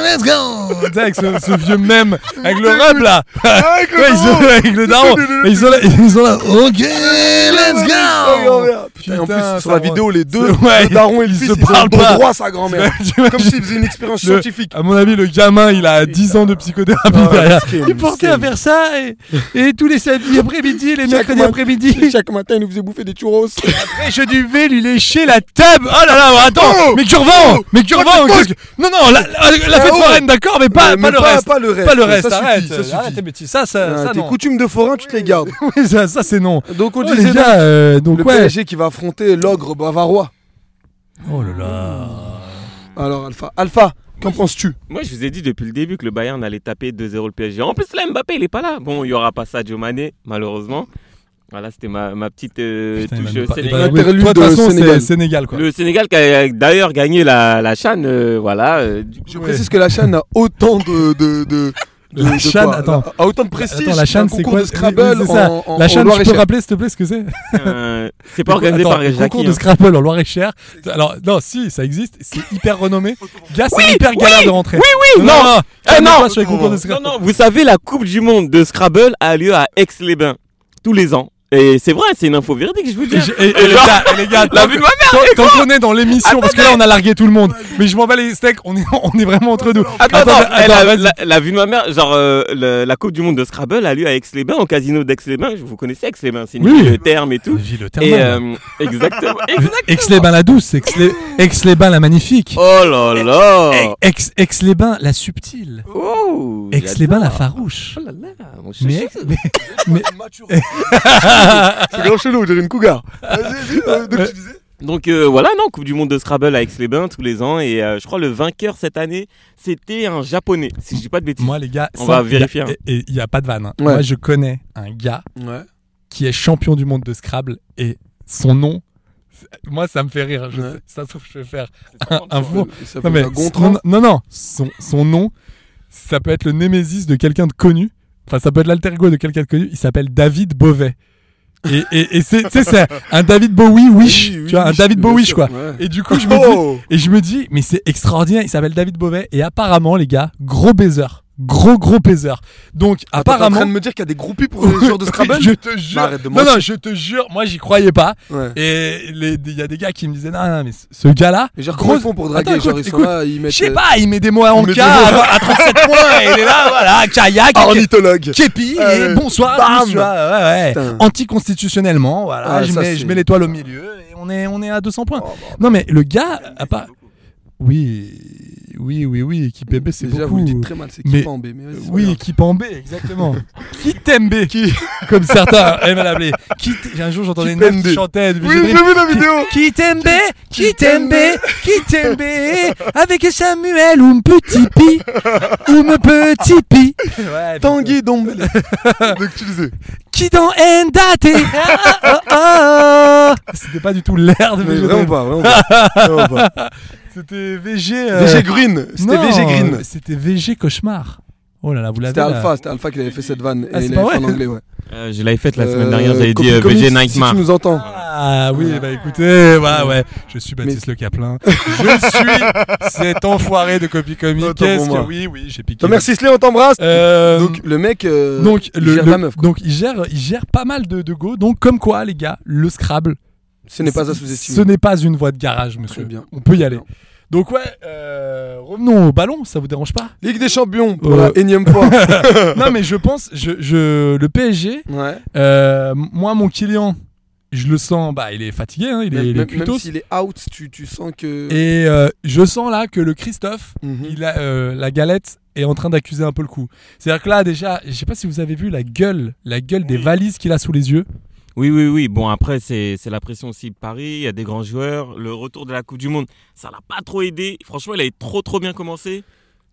[SPEAKER 8] let's go Tu sais, Avec ce, ce vieux même, avec le rap là
[SPEAKER 9] Avec le
[SPEAKER 8] Ouais, ils
[SPEAKER 9] daron.
[SPEAKER 8] sont, Avec le daron Et Ils sont là, ils sont là Ok, let's
[SPEAKER 9] Oh,
[SPEAKER 8] go
[SPEAKER 9] grand-mère. Putain, et en
[SPEAKER 8] Putain,
[SPEAKER 9] plus, sur la
[SPEAKER 8] ça
[SPEAKER 9] vidéo, les deux,
[SPEAKER 8] C'est- ouais,
[SPEAKER 9] le daron et le
[SPEAKER 8] ils
[SPEAKER 9] fils,
[SPEAKER 8] se
[SPEAKER 9] ils
[SPEAKER 8] parlent
[SPEAKER 9] ont
[SPEAKER 8] pas.
[SPEAKER 9] droit à sa grand-mère. Comme
[SPEAKER 8] T'imagines
[SPEAKER 9] s'il faisait une expérience
[SPEAKER 8] Le-
[SPEAKER 9] scientifique.
[SPEAKER 8] À mon avis, le gamin, il a 10 ans de psychothérapie
[SPEAKER 9] Ah,
[SPEAKER 8] derrière.
[SPEAKER 9] skin,
[SPEAKER 8] Il pensait à
[SPEAKER 9] skin.
[SPEAKER 8] faire ça et, et tous les samedis après-midi, et les mercredis
[SPEAKER 9] mois-
[SPEAKER 8] après-midi.
[SPEAKER 9] Chaque matin, il nous faisait bouffer des churros.
[SPEAKER 8] Et je devais lui lécher la table. Oh là là, mais attends,
[SPEAKER 9] Oh
[SPEAKER 8] mais tu revends, mais tu
[SPEAKER 9] oh,
[SPEAKER 8] revends.
[SPEAKER 9] t'es
[SPEAKER 8] qu'est-ce que- Non non, la, la- la fête
[SPEAKER 9] oh.
[SPEAKER 8] foraine, d'accord, mais pas,
[SPEAKER 9] Mais
[SPEAKER 8] pas, le reste.
[SPEAKER 9] Pas le reste.
[SPEAKER 8] Pas le reste,
[SPEAKER 9] ça
[SPEAKER 8] arrête. euh,
[SPEAKER 9] suffit, ça suffit.
[SPEAKER 8] arrête tes bêtises. Ça, ça,
[SPEAKER 9] Ah,
[SPEAKER 8] ça,
[SPEAKER 9] Tes
[SPEAKER 8] non.
[SPEAKER 9] coutumes de forain, tu te les gardes.
[SPEAKER 8] Oui, ça, ça, c'est non.
[SPEAKER 9] Donc, on
[SPEAKER 8] Oh,
[SPEAKER 9] disait
[SPEAKER 8] les gars, euh, donc
[SPEAKER 9] le
[SPEAKER 8] ouais.
[SPEAKER 9] PSG qui va affronter l'ogre bavarois.
[SPEAKER 8] Oh là là.
[SPEAKER 9] Alors, Alpha, Alpha, qu'en penses-tu
[SPEAKER 2] Moi, je vous ai dit depuis le début que le Bayern allait taper 2-0 le PSG. En plus, là, Mbappé, il est pas là. Bon, il y aura pas Sadio Mané, malheureusement. Voilà, c'était ma, ma petite euh,
[SPEAKER 8] Putain, il va
[SPEAKER 2] touche
[SPEAKER 8] même pas- il va-
[SPEAKER 2] sénégalaise.
[SPEAKER 8] oui,
[SPEAKER 9] Interlude
[SPEAKER 8] toi, de toute
[SPEAKER 9] au
[SPEAKER 8] façon, c'est
[SPEAKER 9] Sénégal.
[SPEAKER 8] Sénégal quoi.
[SPEAKER 2] Le Sénégal qui a d'ailleurs gagné la, la Chan, voilà. euh, du-
[SPEAKER 9] Je précise que la chaîne a autant de. de, de de-
[SPEAKER 8] La
[SPEAKER 9] de
[SPEAKER 8] chaîne,
[SPEAKER 9] quoi
[SPEAKER 8] attends.
[SPEAKER 9] A autant de prestige.
[SPEAKER 8] Attends, la
[SPEAKER 9] chaîne
[SPEAKER 8] chaîne, c'est quoi
[SPEAKER 9] de Scrabble
[SPEAKER 8] Oui, c'est ça.
[SPEAKER 9] en, en,
[SPEAKER 8] La
[SPEAKER 9] en
[SPEAKER 8] chaîne, tu peux
[SPEAKER 9] Loir-et-Cher.
[SPEAKER 8] rappeler s'il te plaît ce que c'est
[SPEAKER 2] euh, c'est pas organisé
[SPEAKER 8] Attends,
[SPEAKER 2] par
[SPEAKER 8] le
[SPEAKER 2] Jackie.
[SPEAKER 8] concours de
[SPEAKER 2] hein.
[SPEAKER 8] Scrabble en Loire-et-Cher. Alors non, si, ça existe, c'est hyper renommé. Gars, c'est hyper galère de rentrer. Oui, oui, non, non.
[SPEAKER 2] Eh,
[SPEAKER 8] calme-toi
[SPEAKER 2] non.
[SPEAKER 8] sur les concours de Scrabble.
[SPEAKER 2] Non, non, vous savez, la Coupe du Monde de Scrabble a lieu à Aix-les-Bains tous les ans. Et c'est vrai, c'est une info véridique, je vous dis.
[SPEAKER 8] Et, j'ai- et- et les
[SPEAKER 2] Genre,
[SPEAKER 8] gars, et les gars,
[SPEAKER 2] la
[SPEAKER 8] tant
[SPEAKER 2] vue
[SPEAKER 8] que-
[SPEAKER 2] de ma mère,
[SPEAKER 8] tant- tant qu'on est dans l'émission, parce que là on a largué tout le monde, mais je m'en bats les steaks, on est, on est vraiment entre nous.
[SPEAKER 2] Attends, attends,
[SPEAKER 8] attends,
[SPEAKER 2] eh, la,
[SPEAKER 8] vas-y.
[SPEAKER 2] la- la vue de ma mère, genre euh, le- la Coupe du Monde de Scrabble a lieu à Aix-les-Bains, au casino d'Aix-les-Bains. Vous connaissez Aix-les-Bains, c'est une
[SPEAKER 8] Oui.
[SPEAKER 2] ville de terme et tout.
[SPEAKER 8] Ville de
[SPEAKER 2] Et
[SPEAKER 8] Thermal.
[SPEAKER 2] euh, exactement, exactement.
[SPEAKER 8] Euh, Aix-les-Bains la douce, Aix-les- Aix-les-Bains la magnifique,
[SPEAKER 2] Oh là là.
[SPEAKER 8] Aix- Aix-les-Bains la subtile,
[SPEAKER 2] eh, Oh,
[SPEAKER 8] Aix-les-bains la
[SPEAKER 2] j'adore.
[SPEAKER 8] farouche.
[SPEAKER 2] Oh là là, mon
[SPEAKER 8] Mais,
[SPEAKER 2] chouchou.
[SPEAKER 8] mais-
[SPEAKER 9] C'est grand chelou, on dirait une cougar. Vas-y, vas-y, euh, donc tu disais
[SPEAKER 2] Donc euh, voilà, non, Coupe du Monde de Scrabble à Aix-les-Bains tous les ans. Et euh, je crois le vainqueur cette année, c'était un Japonais, si je dis pas de bêtises.
[SPEAKER 8] moi les gars,
[SPEAKER 2] On
[SPEAKER 8] sans-
[SPEAKER 2] va vérifier, hein.
[SPEAKER 8] et- Et il y a pas de vanne. hein.
[SPEAKER 9] Ouais.
[SPEAKER 8] Moi je connais un gars
[SPEAKER 9] Ouais.
[SPEAKER 8] qui est champion du monde de Scrabble et son nom, c'est- moi ça me fait rire. Je
[SPEAKER 9] Ouais.
[SPEAKER 8] sais- ça se trouve je vais faire un, un fou.
[SPEAKER 9] Il s'appelle
[SPEAKER 8] Non, mais
[SPEAKER 9] un Gontran.
[SPEAKER 8] non, non, non, son, son nom, ça peut être le némésis de quelqu'un de connu. Enfin, ça peut être l'alter ego de quelqu'un de connu. Il s'appelle David Beauvais. Et, et, et c'est tu sais, c'est un David Bowie wish,
[SPEAKER 9] Oui, oui,
[SPEAKER 8] tu vois, un
[SPEAKER 9] oui,
[SPEAKER 8] David
[SPEAKER 9] bien
[SPEAKER 8] Bowie
[SPEAKER 9] sûr,
[SPEAKER 8] quoi.
[SPEAKER 9] ouais.
[SPEAKER 8] Et du coup, je me dis,
[SPEAKER 9] Oh
[SPEAKER 8] et je me dis, mais c'est extraordinaire. Il s'appelle David Beauvais et apparemment, les gars, gros baiser, gros gros baiser. Donc
[SPEAKER 9] Attends, t'es en
[SPEAKER 8] apparemment,
[SPEAKER 9] train de me dire qu'il y a des groupies pour les joueurs de Scrabble
[SPEAKER 8] je te jure.
[SPEAKER 9] arrête de
[SPEAKER 8] non,
[SPEAKER 9] mentir.
[SPEAKER 8] non, je te jure, moi j'y croyais pas.
[SPEAKER 9] Ouais.
[SPEAKER 8] Et les- il y a des gars qui me disaient, non, non, mais ce- ce gars-là.
[SPEAKER 9] Et genre, comment
[SPEAKER 8] gros-
[SPEAKER 9] ils font pour draguer
[SPEAKER 8] Attends,
[SPEAKER 9] Genre,
[SPEAKER 8] écoute,
[SPEAKER 9] ils sont
[SPEAKER 8] écoute,
[SPEAKER 9] là, ils
[SPEAKER 8] Je
[SPEAKER 9] mettent.
[SPEAKER 8] sais
[SPEAKER 9] euh,
[SPEAKER 8] pas, il met des mots en
[SPEAKER 9] met des
[SPEAKER 8] cas
[SPEAKER 9] mots. Ah,
[SPEAKER 8] à, à 37 points, et il est là, voilà, kayak,
[SPEAKER 9] Ornithologue
[SPEAKER 8] képi, et
[SPEAKER 9] Euh,
[SPEAKER 8] bonsoir,
[SPEAKER 9] bam.
[SPEAKER 8] tous, tu vois, ouais, ouais.
[SPEAKER 9] Putain.
[SPEAKER 8] Anticonstitutionnellement, voilà,
[SPEAKER 9] Ah,
[SPEAKER 8] je,
[SPEAKER 9] ça,
[SPEAKER 8] mets,
[SPEAKER 9] c'est-
[SPEAKER 8] je mets l'étoile au milieu, et on est, on est à 200 points.
[SPEAKER 9] Oh, bah,
[SPEAKER 8] non, mais le gars, à part. Oui, oui, oui, oui, équipe MB, c'est
[SPEAKER 9] Déjà,
[SPEAKER 8] beaucoup.
[SPEAKER 9] vous le dites très mal, c'est
[SPEAKER 8] Mais-
[SPEAKER 9] qui en B. mais vas-y, c'est
[SPEAKER 8] Euh, Oui,
[SPEAKER 9] pas
[SPEAKER 8] équipe en B, exactement. qui t'aime B Comme certains aiment à l'appeler. Qui t- Un jour, j'entendais une
[SPEAKER 9] Qui t'aime
[SPEAKER 8] meuf qui
[SPEAKER 9] B
[SPEAKER 8] chantait.
[SPEAKER 9] grave. Oui, j'ai vu la vidéo
[SPEAKER 8] Qui t'aime B Qui t'aime
[SPEAKER 9] t'aime
[SPEAKER 8] B Qui t'aime B Avec Samuel ou un petit pi Ou un petit pi
[SPEAKER 9] Tanguy Dombele. Donc, tu disais.
[SPEAKER 8] Qui dans Ndate Ah, ah, ah, ah. C'était pas du tout l'air de
[SPEAKER 9] Mais
[SPEAKER 8] VG.
[SPEAKER 9] vraiment pas, vraiment pas. Vraiment pas.
[SPEAKER 8] C'était VG. euh,
[SPEAKER 9] VG Green, c'était
[SPEAKER 8] non, Ah,
[SPEAKER 9] VG Green.
[SPEAKER 8] C'était VG Cauchemar. Oh là là, vous l'avez.
[SPEAKER 9] C'était
[SPEAKER 8] là.
[SPEAKER 9] Alpha, c'était Alpha qui avait fait cette vanne.
[SPEAKER 8] Ah,
[SPEAKER 9] et
[SPEAKER 8] c'est
[SPEAKER 9] il
[SPEAKER 8] pas
[SPEAKER 9] l'avait fait en
[SPEAKER 8] vrai
[SPEAKER 9] anglais, ouais.
[SPEAKER 2] Euh, je l'avais faite la semaine
[SPEAKER 9] Euh,
[SPEAKER 2] dernière, j'avais dit
[SPEAKER 9] Copy
[SPEAKER 2] euh,
[SPEAKER 9] Comics,
[SPEAKER 2] VG
[SPEAKER 9] Si
[SPEAKER 2] Nightmare.
[SPEAKER 9] tu nous entends.
[SPEAKER 8] Ah oui, bah écoutez, bah ouais, je suis Baptiste Le Caplin. Je suis cet enfoiré de Copy Comic.
[SPEAKER 9] Autant pour
[SPEAKER 8] Qu'est-ce que
[SPEAKER 9] moi.
[SPEAKER 8] oui, oui, j'ai piqué.
[SPEAKER 9] Thomas Sisley, on t'embrasse.
[SPEAKER 8] Euh,
[SPEAKER 9] Donc, le mec. euh,
[SPEAKER 8] donc
[SPEAKER 9] il
[SPEAKER 8] le,
[SPEAKER 9] gère
[SPEAKER 8] le-
[SPEAKER 9] la meuf, quoi.
[SPEAKER 8] donc il gère, il gère pas mal de, de go. Donc comme quoi, les gars, le Scrabble,
[SPEAKER 9] Ce n'est pas à
[SPEAKER 8] Ce
[SPEAKER 9] sous-estimer.
[SPEAKER 8] n'est pas une voie de garage, monsieur.
[SPEAKER 9] Très bien.
[SPEAKER 8] On peut y aller.
[SPEAKER 9] Bien.
[SPEAKER 8] Donc ouais, euh, revenons au ballon, ça vous dérange pas
[SPEAKER 9] Ligue des champions pour
[SPEAKER 8] Euh.
[SPEAKER 9] la énième fois. Euh.
[SPEAKER 8] Non mais je pense, je, je- le PSG,
[SPEAKER 9] Ouais.
[SPEAKER 8] euh, moi mon client, je le sens, bah, il est fatigué, hein, il, est,
[SPEAKER 9] Même,
[SPEAKER 8] il est
[SPEAKER 9] même- même
[SPEAKER 8] cuitos.
[SPEAKER 9] s'il est out, tu, tu sens que.
[SPEAKER 8] Et euh, je sens là que le Christophe,
[SPEAKER 9] Mhm.
[SPEAKER 8] il a, euh, la galette est en train d'accuser un peu le coup. C'est-à-dire que là, déjà, je sais pas si vous avez vu la gueule, la gueule des valises qu'il a sous les yeux.
[SPEAKER 2] Oui, oui, oui. Bon, après, c'est c'est la pression aussi de Paris. Il y a des grands joueurs. Le retour de la Coupe du Monde, ça l'a pas trop aidé. Franchement, il avait trop, trop bien commencé.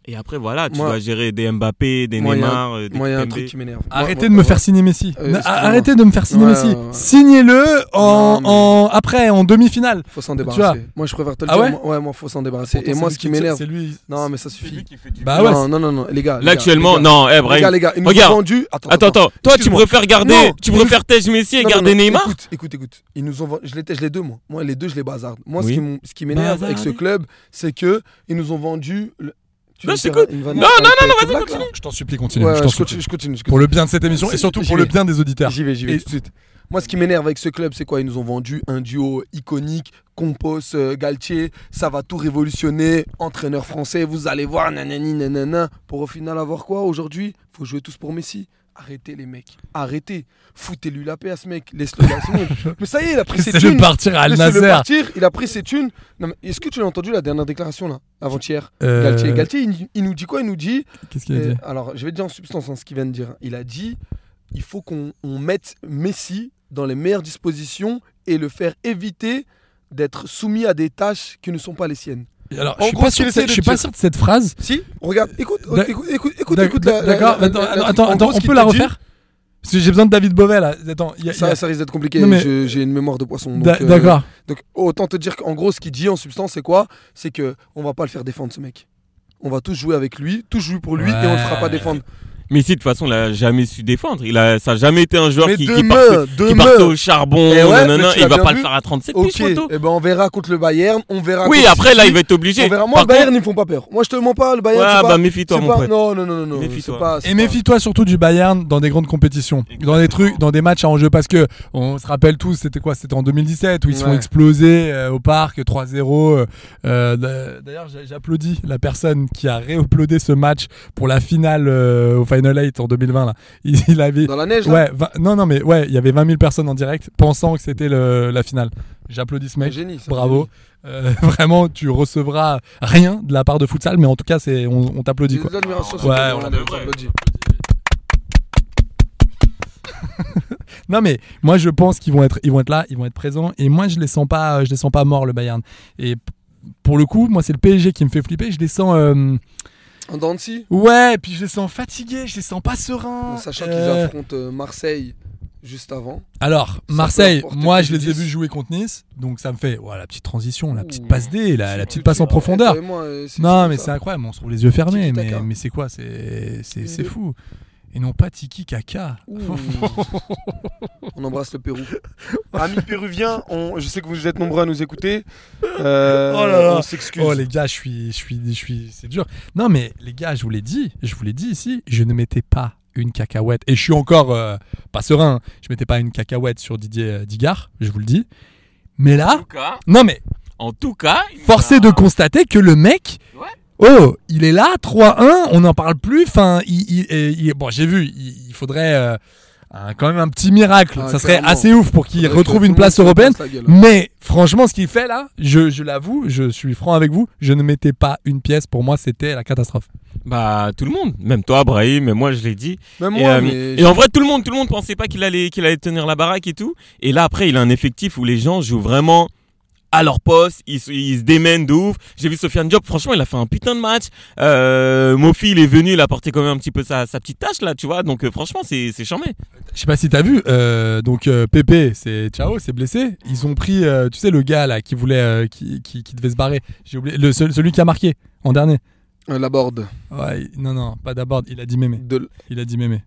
[SPEAKER 2] Et après, voilà, tu
[SPEAKER 9] Moi-
[SPEAKER 2] dois gérer des Mbappé, des
[SPEAKER 9] Moi, il y a un-
[SPEAKER 2] Neymar, euh, des
[SPEAKER 9] Moi, il y a un
[SPEAKER 2] Kimpembe.
[SPEAKER 9] truc qui m'énerve.
[SPEAKER 8] Arrêtez
[SPEAKER 9] Moi-
[SPEAKER 8] de me
[SPEAKER 9] moi-
[SPEAKER 8] faire signer Messi.
[SPEAKER 9] Euh,
[SPEAKER 8] Na-
[SPEAKER 9] excuse-moi.
[SPEAKER 8] Arrêtez de me faire signer
[SPEAKER 9] Ouais,
[SPEAKER 8] Messi.
[SPEAKER 9] ouais, ouais.
[SPEAKER 8] Signez-le
[SPEAKER 9] Non,
[SPEAKER 8] en,
[SPEAKER 9] mais-
[SPEAKER 8] en- après, en demi-finale.
[SPEAKER 9] Faut s'en
[SPEAKER 8] vois.
[SPEAKER 9] débarrasser. Moi, je préfère te le
[SPEAKER 8] Ah
[SPEAKER 9] dire.
[SPEAKER 8] ouais
[SPEAKER 9] moi- Ouais, moi, faut s'en débarrasser. Et moi, ce qui m'énerve.
[SPEAKER 8] C'est lui.
[SPEAKER 9] Non, mais ça suffit.
[SPEAKER 8] Bah ouais.
[SPEAKER 9] Non, non, non, non, les gars. les
[SPEAKER 2] Là,
[SPEAKER 9] gars,
[SPEAKER 2] actuellement,
[SPEAKER 9] les gars.
[SPEAKER 2] non, eh,
[SPEAKER 9] Les
[SPEAKER 2] Brahim.
[SPEAKER 9] gars, les gars, ils nous
[SPEAKER 2] Regarde.
[SPEAKER 9] ont vendu. Attends,
[SPEAKER 2] Attends, attends. Toi, tu
[SPEAKER 9] Excuse-moi.
[SPEAKER 2] préfères garder,
[SPEAKER 9] Non,
[SPEAKER 2] tu
[SPEAKER 9] il
[SPEAKER 2] préfères tèche Messi et
[SPEAKER 9] Non, non,
[SPEAKER 2] garder
[SPEAKER 9] non,
[SPEAKER 2] Neymar
[SPEAKER 9] Écoute, écoute, écoute. Ils nous ont vendu. Je les tèche les deux, moi. Moi, les deux, je les bazarde. Moi, ce
[SPEAKER 2] Oui.
[SPEAKER 9] qui m- ce qui m'énerve avec ce
[SPEAKER 2] Bazardé.
[SPEAKER 9] club, c'est que ils nous ont vendu. le- Tu
[SPEAKER 2] Non,
[SPEAKER 9] veux
[SPEAKER 2] je
[SPEAKER 9] faire
[SPEAKER 2] t'écoute.
[SPEAKER 9] une vanne avec
[SPEAKER 2] Non, non,
[SPEAKER 9] tes-
[SPEAKER 2] non,
[SPEAKER 9] tes
[SPEAKER 2] vas-y,
[SPEAKER 9] blagues,
[SPEAKER 2] continue.
[SPEAKER 9] là
[SPEAKER 8] Je t'en supplie, continue.
[SPEAKER 9] Ouais,
[SPEAKER 8] je t'en
[SPEAKER 9] je
[SPEAKER 8] supplie.
[SPEAKER 9] continue, je continue. je
[SPEAKER 8] Pour le bien de cette émission et
[SPEAKER 9] J'y
[SPEAKER 8] surtout
[SPEAKER 9] vais.
[SPEAKER 8] pour le bien des auditeurs.
[SPEAKER 9] J'y vais, j'y vais
[SPEAKER 8] Et-
[SPEAKER 9] tout de suite. Moi, ce qui m'énerve avec ce club, c'est quoi Ils nous ont vendu un duo iconique, Compos, euh, Galtier, ça va tout révolutionner, entraîneur français, vous allez voir, nanani, nanana. Pour au final avoir quoi aujourd'hui Faut jouer tous pour Messi. Arrêtez les mecs, arrêtez. Foutez-lui la paix à ce mec, laisse-le là, c'est bon. Mais ça y est, il a pris ses
[SPEAKER 8] C'est le
[SPEAKER 9] thunes.
[SPEAKER 8] partir à Al
[SPEAKER 9] Laissez-le
[SPEAKER 8] Nasser.
[SPEAKER 9] partir, il a pris ses thunes. Non, mais Est-ce que tu l'as entendu la dernière déclaration là, avant-hier
[SPEAKER 8] Euh,
[SPEAKER 9] Galtier, Galtier il, il nous dit quoi Il nous dit
[SPEAKER 8] Qu'est-ce qu'il a dit
[SPEAKER 9] euh, alors, je vais te dire en substance hein, ce qu'il vient de dire. Il a dit il faut qu'on on mette Messi dans les meilleures dispositions et le faire éviter d'être soumis à des tâches qui ne sont pas les siennes. Euh,
[SPEAKER 8] Alors,
[SPEAKER 9] en
[SPEAKER 8] je suis
[SPEAKER 9] gros,
[SPEAKER 8] pas
[SPEAKER 9] ce qu'il
[SPEAKER 8] sûr-
[SPEAKER 9] essaie de
[SPEAKER 8] je suis pas
[SPEAKER 9] dire-
[SPEAKER 8] sûr de cette phrase.
[SPEAKER 9] Si Regarde, écoute,
[SPEAKER 8] Euh, D'ac-
[SPEAKER 9] écoute, écoute, écoute,
[SPEAKER 8] D'ac-
[SPEAKER 9] écoute la- la-
[SPEAKER 8] D'accord,
[SPEAKER 9] la-
[SPEAKER 8] attends,
[SPEAKER 9] la- la-
[SPEAKER 8] attends,
[SPEAKER 9] la-
[SPEAKER 8] attends,
[SPEAKER 9] en gros, ce
[SPEAKER 8] on
[SPEAKER 9] qu'il
[SPEAKER 8] peut la
[SPEAKER 9] te dit,
[SPEAKER 8] refaire Parce que j'ai besoin de David Beauvais là. Attends, il y a- il y
[SPEAKER 9] ça,
[SPEAKER 8] a-
[SPEAKER 9] ça risque d'être compliqué,
[SPEAKER 8] Non, mais-
[SPEAKER 9] je- j'ai une mémoire de poisson. donc,
[SPEAKER 8] D'a-
[SPEAKER 9] euh,
[SPEAKER 8] D'accord.
[SPEAKER 9] Donc autant te dire qu'en gros ce qu'il dit en substance c'est quoi C'est que on va pas le faire défendre ce mec. On va tous jouer avec lui, tous jouer pour lui et on le fera pas
[SPEAKER 8] Ouais.
[SPEAKER 9] défendre.
[SPEAKER 2] Messi, de toute façon, il a jamais su défendre. Il a, ça a jamais été un joueur
[SPEAKER 9] Mais
[SPEAKER 2] qui, qui partait-
[SPEAKER 9] demain,
[SPEAKER 2] qui
[SPEAKER 9] demain,
[SPEAKER 2] partait au charbon,
[SPEAKER 9] Eh ouais,
[SPEAKER 2] nanana,
[SPEAKER 9] mais tu
[SPEAKER 2] il va
[SPEAKER 9] l'as
[SPEAKER 2] pas
[SPEAKER 9] bien
[SPEAKER 2] le
[SPEAKER 9] vu.
[SPEAKER 2] faire à 37
[SPEAKER 9] Ok,
[SPEAKER 2] piges, photo.
[SPEAKER 9] eh ben on verra contre le Bayern, on verra.
[SPEAKER 2] Oui,
[SPEAKER 9] contre
[SPEAKER 2] après, là, il va être
[SPEAKER 9] On
[SPEAKER 2] obligé.
[SPEAKER 9] verra. Moi,
[SPEAKER 2] Par
[SPEAKER 9] le Bayern,
[SPEAKER 2] contre-
[SPEAKER 9] ils me font pas peur. Moi, je te mens pas, le Bayern.
[SPEAKER 2] Ouais,
[SPEAKER 9] c'est
[SPEAKER 2] bah,
[SPEAKER 9] pas,
[SPEAKER 2] méfie-toi,
[SPEAKER 9] c'est
[SPEAKER 2] mon
[SPEAKER 9] pas-
[SPEAKER 2] prêtre.
[SPEAKER 9] Non, non, non, non, non.
[SPEAKER 2] Méfie-toi.
[SPEAKER 9] c'est pas- c'est
[SPEAKER 8] Et
[SPEAKER 9] pas-
[SPEAKER 8] méfie-toi surtout du Bayern dans des grandes compétitions, dans des trucs, dans des matchs à enjeu, parce que on se rappelle tous, c'était quoi C'était en 2017 où ils se font
[SPEAKER 9] Ouais.
[SPEAKER 8] exploser euh, au parc 3-0. euh, euh, D'ailleurs, j'a- j'applaudis la personne qui a réuploadé ce match pour la finale euh, au Final 8 en 2020. Là. Il, il avait,
[SPEAKER 9] Dans la neige. là.
[SPEAKER 8] ouais, vingt- non, non, mais ouais, il y avait 20 000 personnes en direct pensant que c'était le- la finale. J'applaudis ce
[SPEAKER 9] C'est un
[SPEAKER 8] mec.
[SPEAKER 9] génie. c'est un
[SPEAKER 8] Bravo. Euh, vraiment, tu recevras rien de la part de futsal, mais en tout cas, c'est on, on t'applaudit
[SPEAKER 9] génie.
[SPEAKER 8] quoi.
[SPEAKER 9] Donne-lui un sens,
[SPEAKER 8] Ouais,
[SPEAKER 9] on
[SPEAKER 8] on
[SPEAKER 9] te- on
[SPEAKER 2] devrait.
[SPEAKER 9] t'applaudit.
[SPEAKER 8] Non mais moi je pense qu'ils vont être ils vont être là, ils vont être présents et moi je les sens pas je les sens pas morts le Bayern. Et p- pour le coup, moi c'est le PSG qui me fait flipper, je les sens euh,
[SPEAKER 9] En Dancy,
[SPEAKER 8] ouais, puis je les sens fatigués, je les sens pas sereins.
[SPEAKER 9] sachant
[SPEAKER 8] Euh,
[SPEAKER 9] qu'ils affrontent euh, Marseille juste avant.
[SPEAKER 8] Alors,
[SPEAKER 9] peut
[SPEAKER 8] Marseille,
[SPEAKER 9] leur porter
[SPEAKER 8] moi je les ai
[SPEAKER 9] préjudice.
[SPEAKER 8] vus jouer contre Nice, donc ça me fait voilà la petite transition, la petite
[SPEAKER 9] Ouh.
[SPEAKER 8] passe D, la, la
[SPEAKER 9] Si,
[SPEAKER 8] petite
[SPEAKER 9] tu-
[SPEAKER 8] passe en
[SPEAKER 9] tu-
[SPEAKER 8] profondeur.
[SPEAKER 9] toi et moi, euh, c'est-
[SPEAKER 8] Non
[SPEAKER 9] c'est
[SPEAKER 8] mais
[SPEAKER 9] comme
[SPEAKER 8] c'est
[SPEAKER 9] ça.
[SPEAKER 8] incroyable, on se trouve les yeux fermés mais
[SPEAKER 9] Tiki-taka.
[SPEAKER 8] mais c'est quoi c'est c'est c'est
[SPEAKER 9] Il est-
[SPEAKER 8] fou. Et non pas Tiki Kaka.
[SPEAKER 9] Ouh. on embrasse le Pérou. Amis péruviens, on- je sais que vous êtes nombreux à nous écouter. Euh,
[SPEAKER 8] Oh là là.
[SPEAKER 9] On s'excuse.
[SPEAKER 8] Oh les gars, je suis, je suis, je suis, c'est dur. Non mais les gars, je vous l'ai dit, je vous l'ai dit ici, je ne mettais pas une cacahuète et je suis encore euh, pas serein. hein. Je mettais pas une cacahuète sur Didier euh, Digard, je vous le dis. Mais
[SPEAKER 2] En
[SPEAKER 8] là,
[SPEAKER 2] tout cas,
[SPEAKER 8] non mais
[SPEAKER 2] en tout cas, il
[SPEAKER 8] forcé
[SPEAKER 2] a-
[SPEAKER 8] de constater que le mec,
[SPEAKER 2] Ouais.
[SPEAKER 8] oh, il est là, 3-1, on n'en parle plus. Enfin, il, il- et- il- bon, j'ai vu, il, il faudrait euh, un- quand même un petit miracle.
[SPEAKER 9] Ah,
[SPEAKER 8] Ça serait
[SPEAKER 9] clairement.
[SPEAKER 8] assez ouf pour qu'il
[SPEAKER 9] Faudrait que
[SPEAKER 8] retrouve
[SPEAKER 9] tout
[SPEAKER 8] une
[SPEAKER 9] le
[SPEAKER 8] place
[SPEAKER 9] monde se
[SPEAKER 8] européenne.
[SPEAKER 9] casse la gueule.
[SPEAKER 8] Mais franchement, ce qu'il fait là, je, je l'avoue, je suis franc avec vous, je ne mettais pas une pièce. Pour moi, c'était la catastrophe.
[SPEAKER 2] Bah, tout le monde. Même toi, Brahim, mais moi, je l'ai dit.
[SPEAKER 9] Même
[SPEAKER 2] Et,
[SPEAKER 9] moi,
[SPEAKER 2] euh,
[SPEAKER 9] mais
[SPEAKER 2] et en vrai, tout le monde, tout le monde pensait pas qu'il allait, qu'il allait tenir la baraque et tout. Et là, après, il a un effectif où les gens jouent vraiment à leur poste, ils, se- ils se démènent de ouf. J'ai vu Sofiane Diop, franchement, il a fait un putain de match. Euh, Mofi, il est venu, il a porté quand même un petit peu sa, sa petite tâche là, tu vois. Donc, euh, franchement, c'est, c'est charmé.
[SPEAKER 8] Je sais pas si t'as vu, euh, donc euh, Pépé, c'est ciao, c'est blessé. Ils ont pris, euh, tu sais, le gars là qui voulait, euh, qui, qui, qui devait se barrer. J'ai oublié le, seul- celui qui a marqué en dernier.
[SPEAKER 9] Euh, la board.
[SPEAKER 8] Ouais, il- non, non, pas d'abord. Il a dit mémé.
[SPEAKER 9] De...
[SPEAKER 8] Il a dit mémé.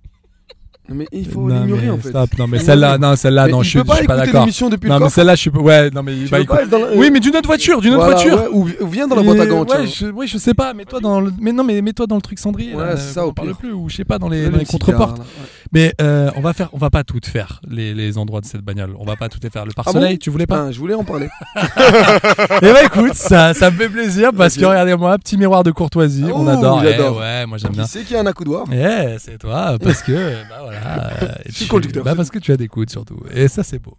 [SPEAKER 9] Non, mais il faut
[SPEAKER 8] non,
[SPEAKER 9] l'ignorer
[SPEAKER 8] mais
[SPEAKER 9] en fait.
[SPEAKER 8] stop, non, mais
[SPEAKER 9] Ignorer.
[SPEAKER 8] celle-là, non, celle-là,
[SPEAKER 9] Mais
[SPEAKER 8] non,
[SPEAKER 9] il
[SPEAKER 8] je suis
[SPEAKER 9] peut pas
[SPEAKER 8] je suis pas
[SPEAKER 9] écouter
[SPEAKER 8] d'accord.
[SPEAKER 9] l'émission depuis
[SPEAKER 8] Non,
[SPEAKER 9] le
[SPEAKER 8] mais
[SPEAKER 9] coffre.
[SPEAKER 8] celle-là, je suis pas. Ouais, non, mais
[SPEAKER 9] Tu
[SPEAKER 8] bah,
[SPEAKER 9] veux
[SPEAKER 8] écoute.
[SPEAKER 9] pas être dans la-
[SPEAKER 8] Oui, mais d'une autre voiture, d'une autre
[SPEAKER 9] Voilà,
[SPEAKER 8] voiture.
[SPEAKER 9] ouais, ou vi- ou viens dans la boîte à
[SPEAKER 8] Et-
[SPEAKER 9] gants.
[SPEAKER 8] ouais,
[SPEAKER 9] tiens.
[SPEAKER 8] je, ouais, je sais pas, mais toi dans le, mais non, mais mets-toi dans le truc cendrier.
[SPEAKER 9] Ouais,
[SPEAKER 8] là,
[SPEAKER 9] c'est ça,
[SPEAKER 8] on
[SPEAKER 9] au
[SPEAKER 8] en parle
[SPEAKER 9] pire.
[SPEAKER 8] plus ou je sais pas dans les,
[SPEAKER 9] Le
[SPEAKER 8] dans les
[SPEAKER 9] petit
[SPEAKER 8] contreportes.
[SPEAKER 9] gars, là, ouais.
[SPEAKER 8] Mais euh, on va faire, on va pas tout faire les, les endroits de cette bagnole. On va pas tout faire. Le
[SPEAKER 9] Ah bon Ah.
[SPEAKER 8] pare-soleil, tu voulais pas
[SPEAKER 9] Putain, je voulais en parler.
[SPEAKER 8] Eh ben écoute, ça, ça me fait plaisir parce
[SPEAKER 9] Ok.
[SPEAKER 8] que regardez-moi, petit miroir de courtoisie, on
[SPEAKER 9] Ouh,
[SPEAKER 8] adore. Eh
[SPEAKER 9] j'adore.
[SPEAKER 8] ouais, moi j'aime bien.
[SPEAKER 9] Qui c'est qui a un accoudoir
[SPEAKER 8] Eh, c'est toi, parce que, bah voilà.
[SPEAKER 9] Je
[SPEAKER 8] tu-
[SPEAKER 9] suis conducteur,
[SPEAKER 8] Bah
[SPEAKER 9] c'est
[SPEAKER 8] parce que tu as des coudes surtout. Et ça, c'est beau.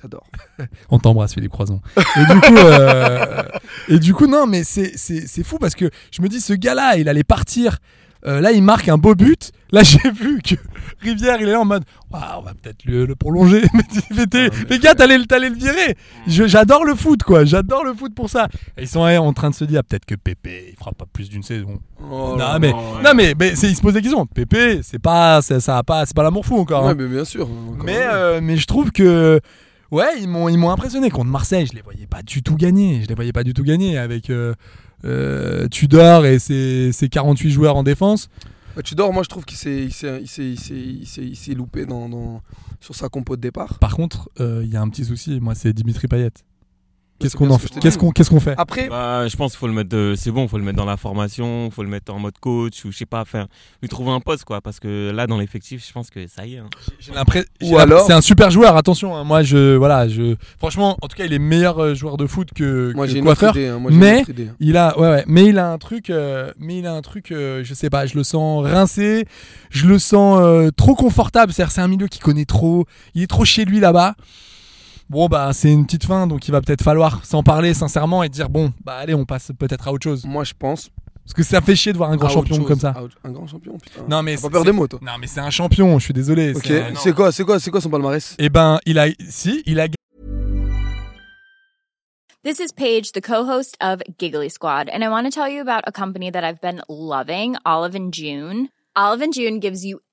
[SPEAKER 9] J'adore.
[SPEAKER 8] On t'embrasse, Philippe Croison. Et du coup, euh, et du coup non, mais c'est- c'est c'est fou parce que je me dis, ce gars-là, il allait partir. Euh, là, il marque un beau but. Là, j'ai vu que Rivière, il est là en mode Ouah, on va peut-être le, le prolonger. Mais t'es- mais t'es- les gars, t'allais, le- t'allais le virer. Je- j'adore le foot, quoi. J'adore le foot pour ça. Et ils sont eh, en train de se dire Ah, peut-être que Pépé, il fera pas plus d'une saison.
[SPEAKER 9] Oh
[SPEAKER 8] non, mais, non, mais, mais c'est- ils se posent des questions. Pépé, c'est pas, c'est- ça a pas, c'est pas l'amour fou encore.
[SPEAKER 9] Ouais,
[SPEAKER 8] hein.
[SPEAKER 9] mais bien sûr. encore
[SPEAKER 8] Mais,
[SPEAKER 9] une.
[SPEAKER 8] euh, mais je trouve que. Ouais, ils m'ont, ils m'ont impressionné. Contre Marseille, je les voyais pas du tout gagner. Je les voyais pas du tout gagner avec euh, euh, Tudor et ses, ses 48 joueurs en défense.
[SPEAKER 9] Bah, Tudor, moi je trouve qu'il s'est, il s'est, il s'est, il s'est- il s'est- il s'est loupé dans, dans- sur sa compo de départ.
[SPEAKER 8] Par contre, euh, il y a un petit souci. Moi, c'est Dimitri Payet. Qu'est-ce
[SPEAKER 9] C'est
[SPEAKER 8] qu'on
[SPEAKER 9] bien
[SPEAKER 8] en
[SPEAKER 9] ce que je te
[SPEAKER 8] fait Qu'est-ce
[SPEAKER 9] dis. Ah,
[SPEAKER 8] qu'on, qu'est-ce qu'on fait
[SPEAKER 9] Après,
[SPEAKER 2] Bah, je pense qu'il faut le mettre, de- c'est bon, faut le mettre dans la formation, faut le mettre en mode coach ou je sais pas, faire, lui trouver un poste quoi, parce que là dans l'effectif, je pense que ça y est. hein.
[SPEAKER 8] J'ai l'impres- j'ai
[SPEAKER 9] Ou
[SPEAKER 8] l'impres-
[SPEAKER 9] alors-
[SPEAKER 8] C'est un super joueur. Attention, hein. moi, je, voilà, je. Franchement, en tout cas, il est meilleur euh, joueur de foot que,
[SPEAKER 9] moi
[SPEAKER 8] que
[SPEAKER 9] j'ai une autre
[SPEAKER 8] coiffeur.
[SPEAKER 9] idée. hein, moi, j'ai une
[SPEAKER 8] mais-
[SPEAKER 9] autre idée.
[SPEAKER 8] Il a, ouais, ouais, mais il a un truc, euh, mais il a un truc, euh, je sais pas, je le sens rincé, je le sens euh, trop confortable, c'est-à-dire c'est un milieu qui connaît trop, il est trop chez lui là-bas. Bon bah c'est une petite fin, donc il va peut-être falloir s'en parler sincèrement et dire bon bah allez on passe peut-être à autre chose,
[SPEAKER 9] Moi je pense.
[SPEAKER 8] parce que ça fait chier de voir un grand
[SPEAKER 9] à autre
[SPEAKER 8] champion
[SPEAKER 9] chose.
[SPEAKER 8] comme ça.
[SPEAKER 9] À autre- Un grand champion, putain.
[SPEAKER 8] Non mais
[SPEAKER 9] T'as pas
[SPEAKER 8] c'est-
[SPEAKER 9] peur des mots, toi.
[SPEAKER 8] c'est- non mais c'est un champion, je suis désolé.
[SPEAKER 9] Ok,
[SPEAKER 8] c'est un-
[SPEAKER 9] c'est quoi, c'est quoi, c'est quoi son palmarès
[SPEAKER 8] Eh ben il a, si il a
[SPEAKER 5] This is Paige, the co-host of Giggly Squad, and I want to tell you about a company that I've been loving, Olive and June. Olive and June gives you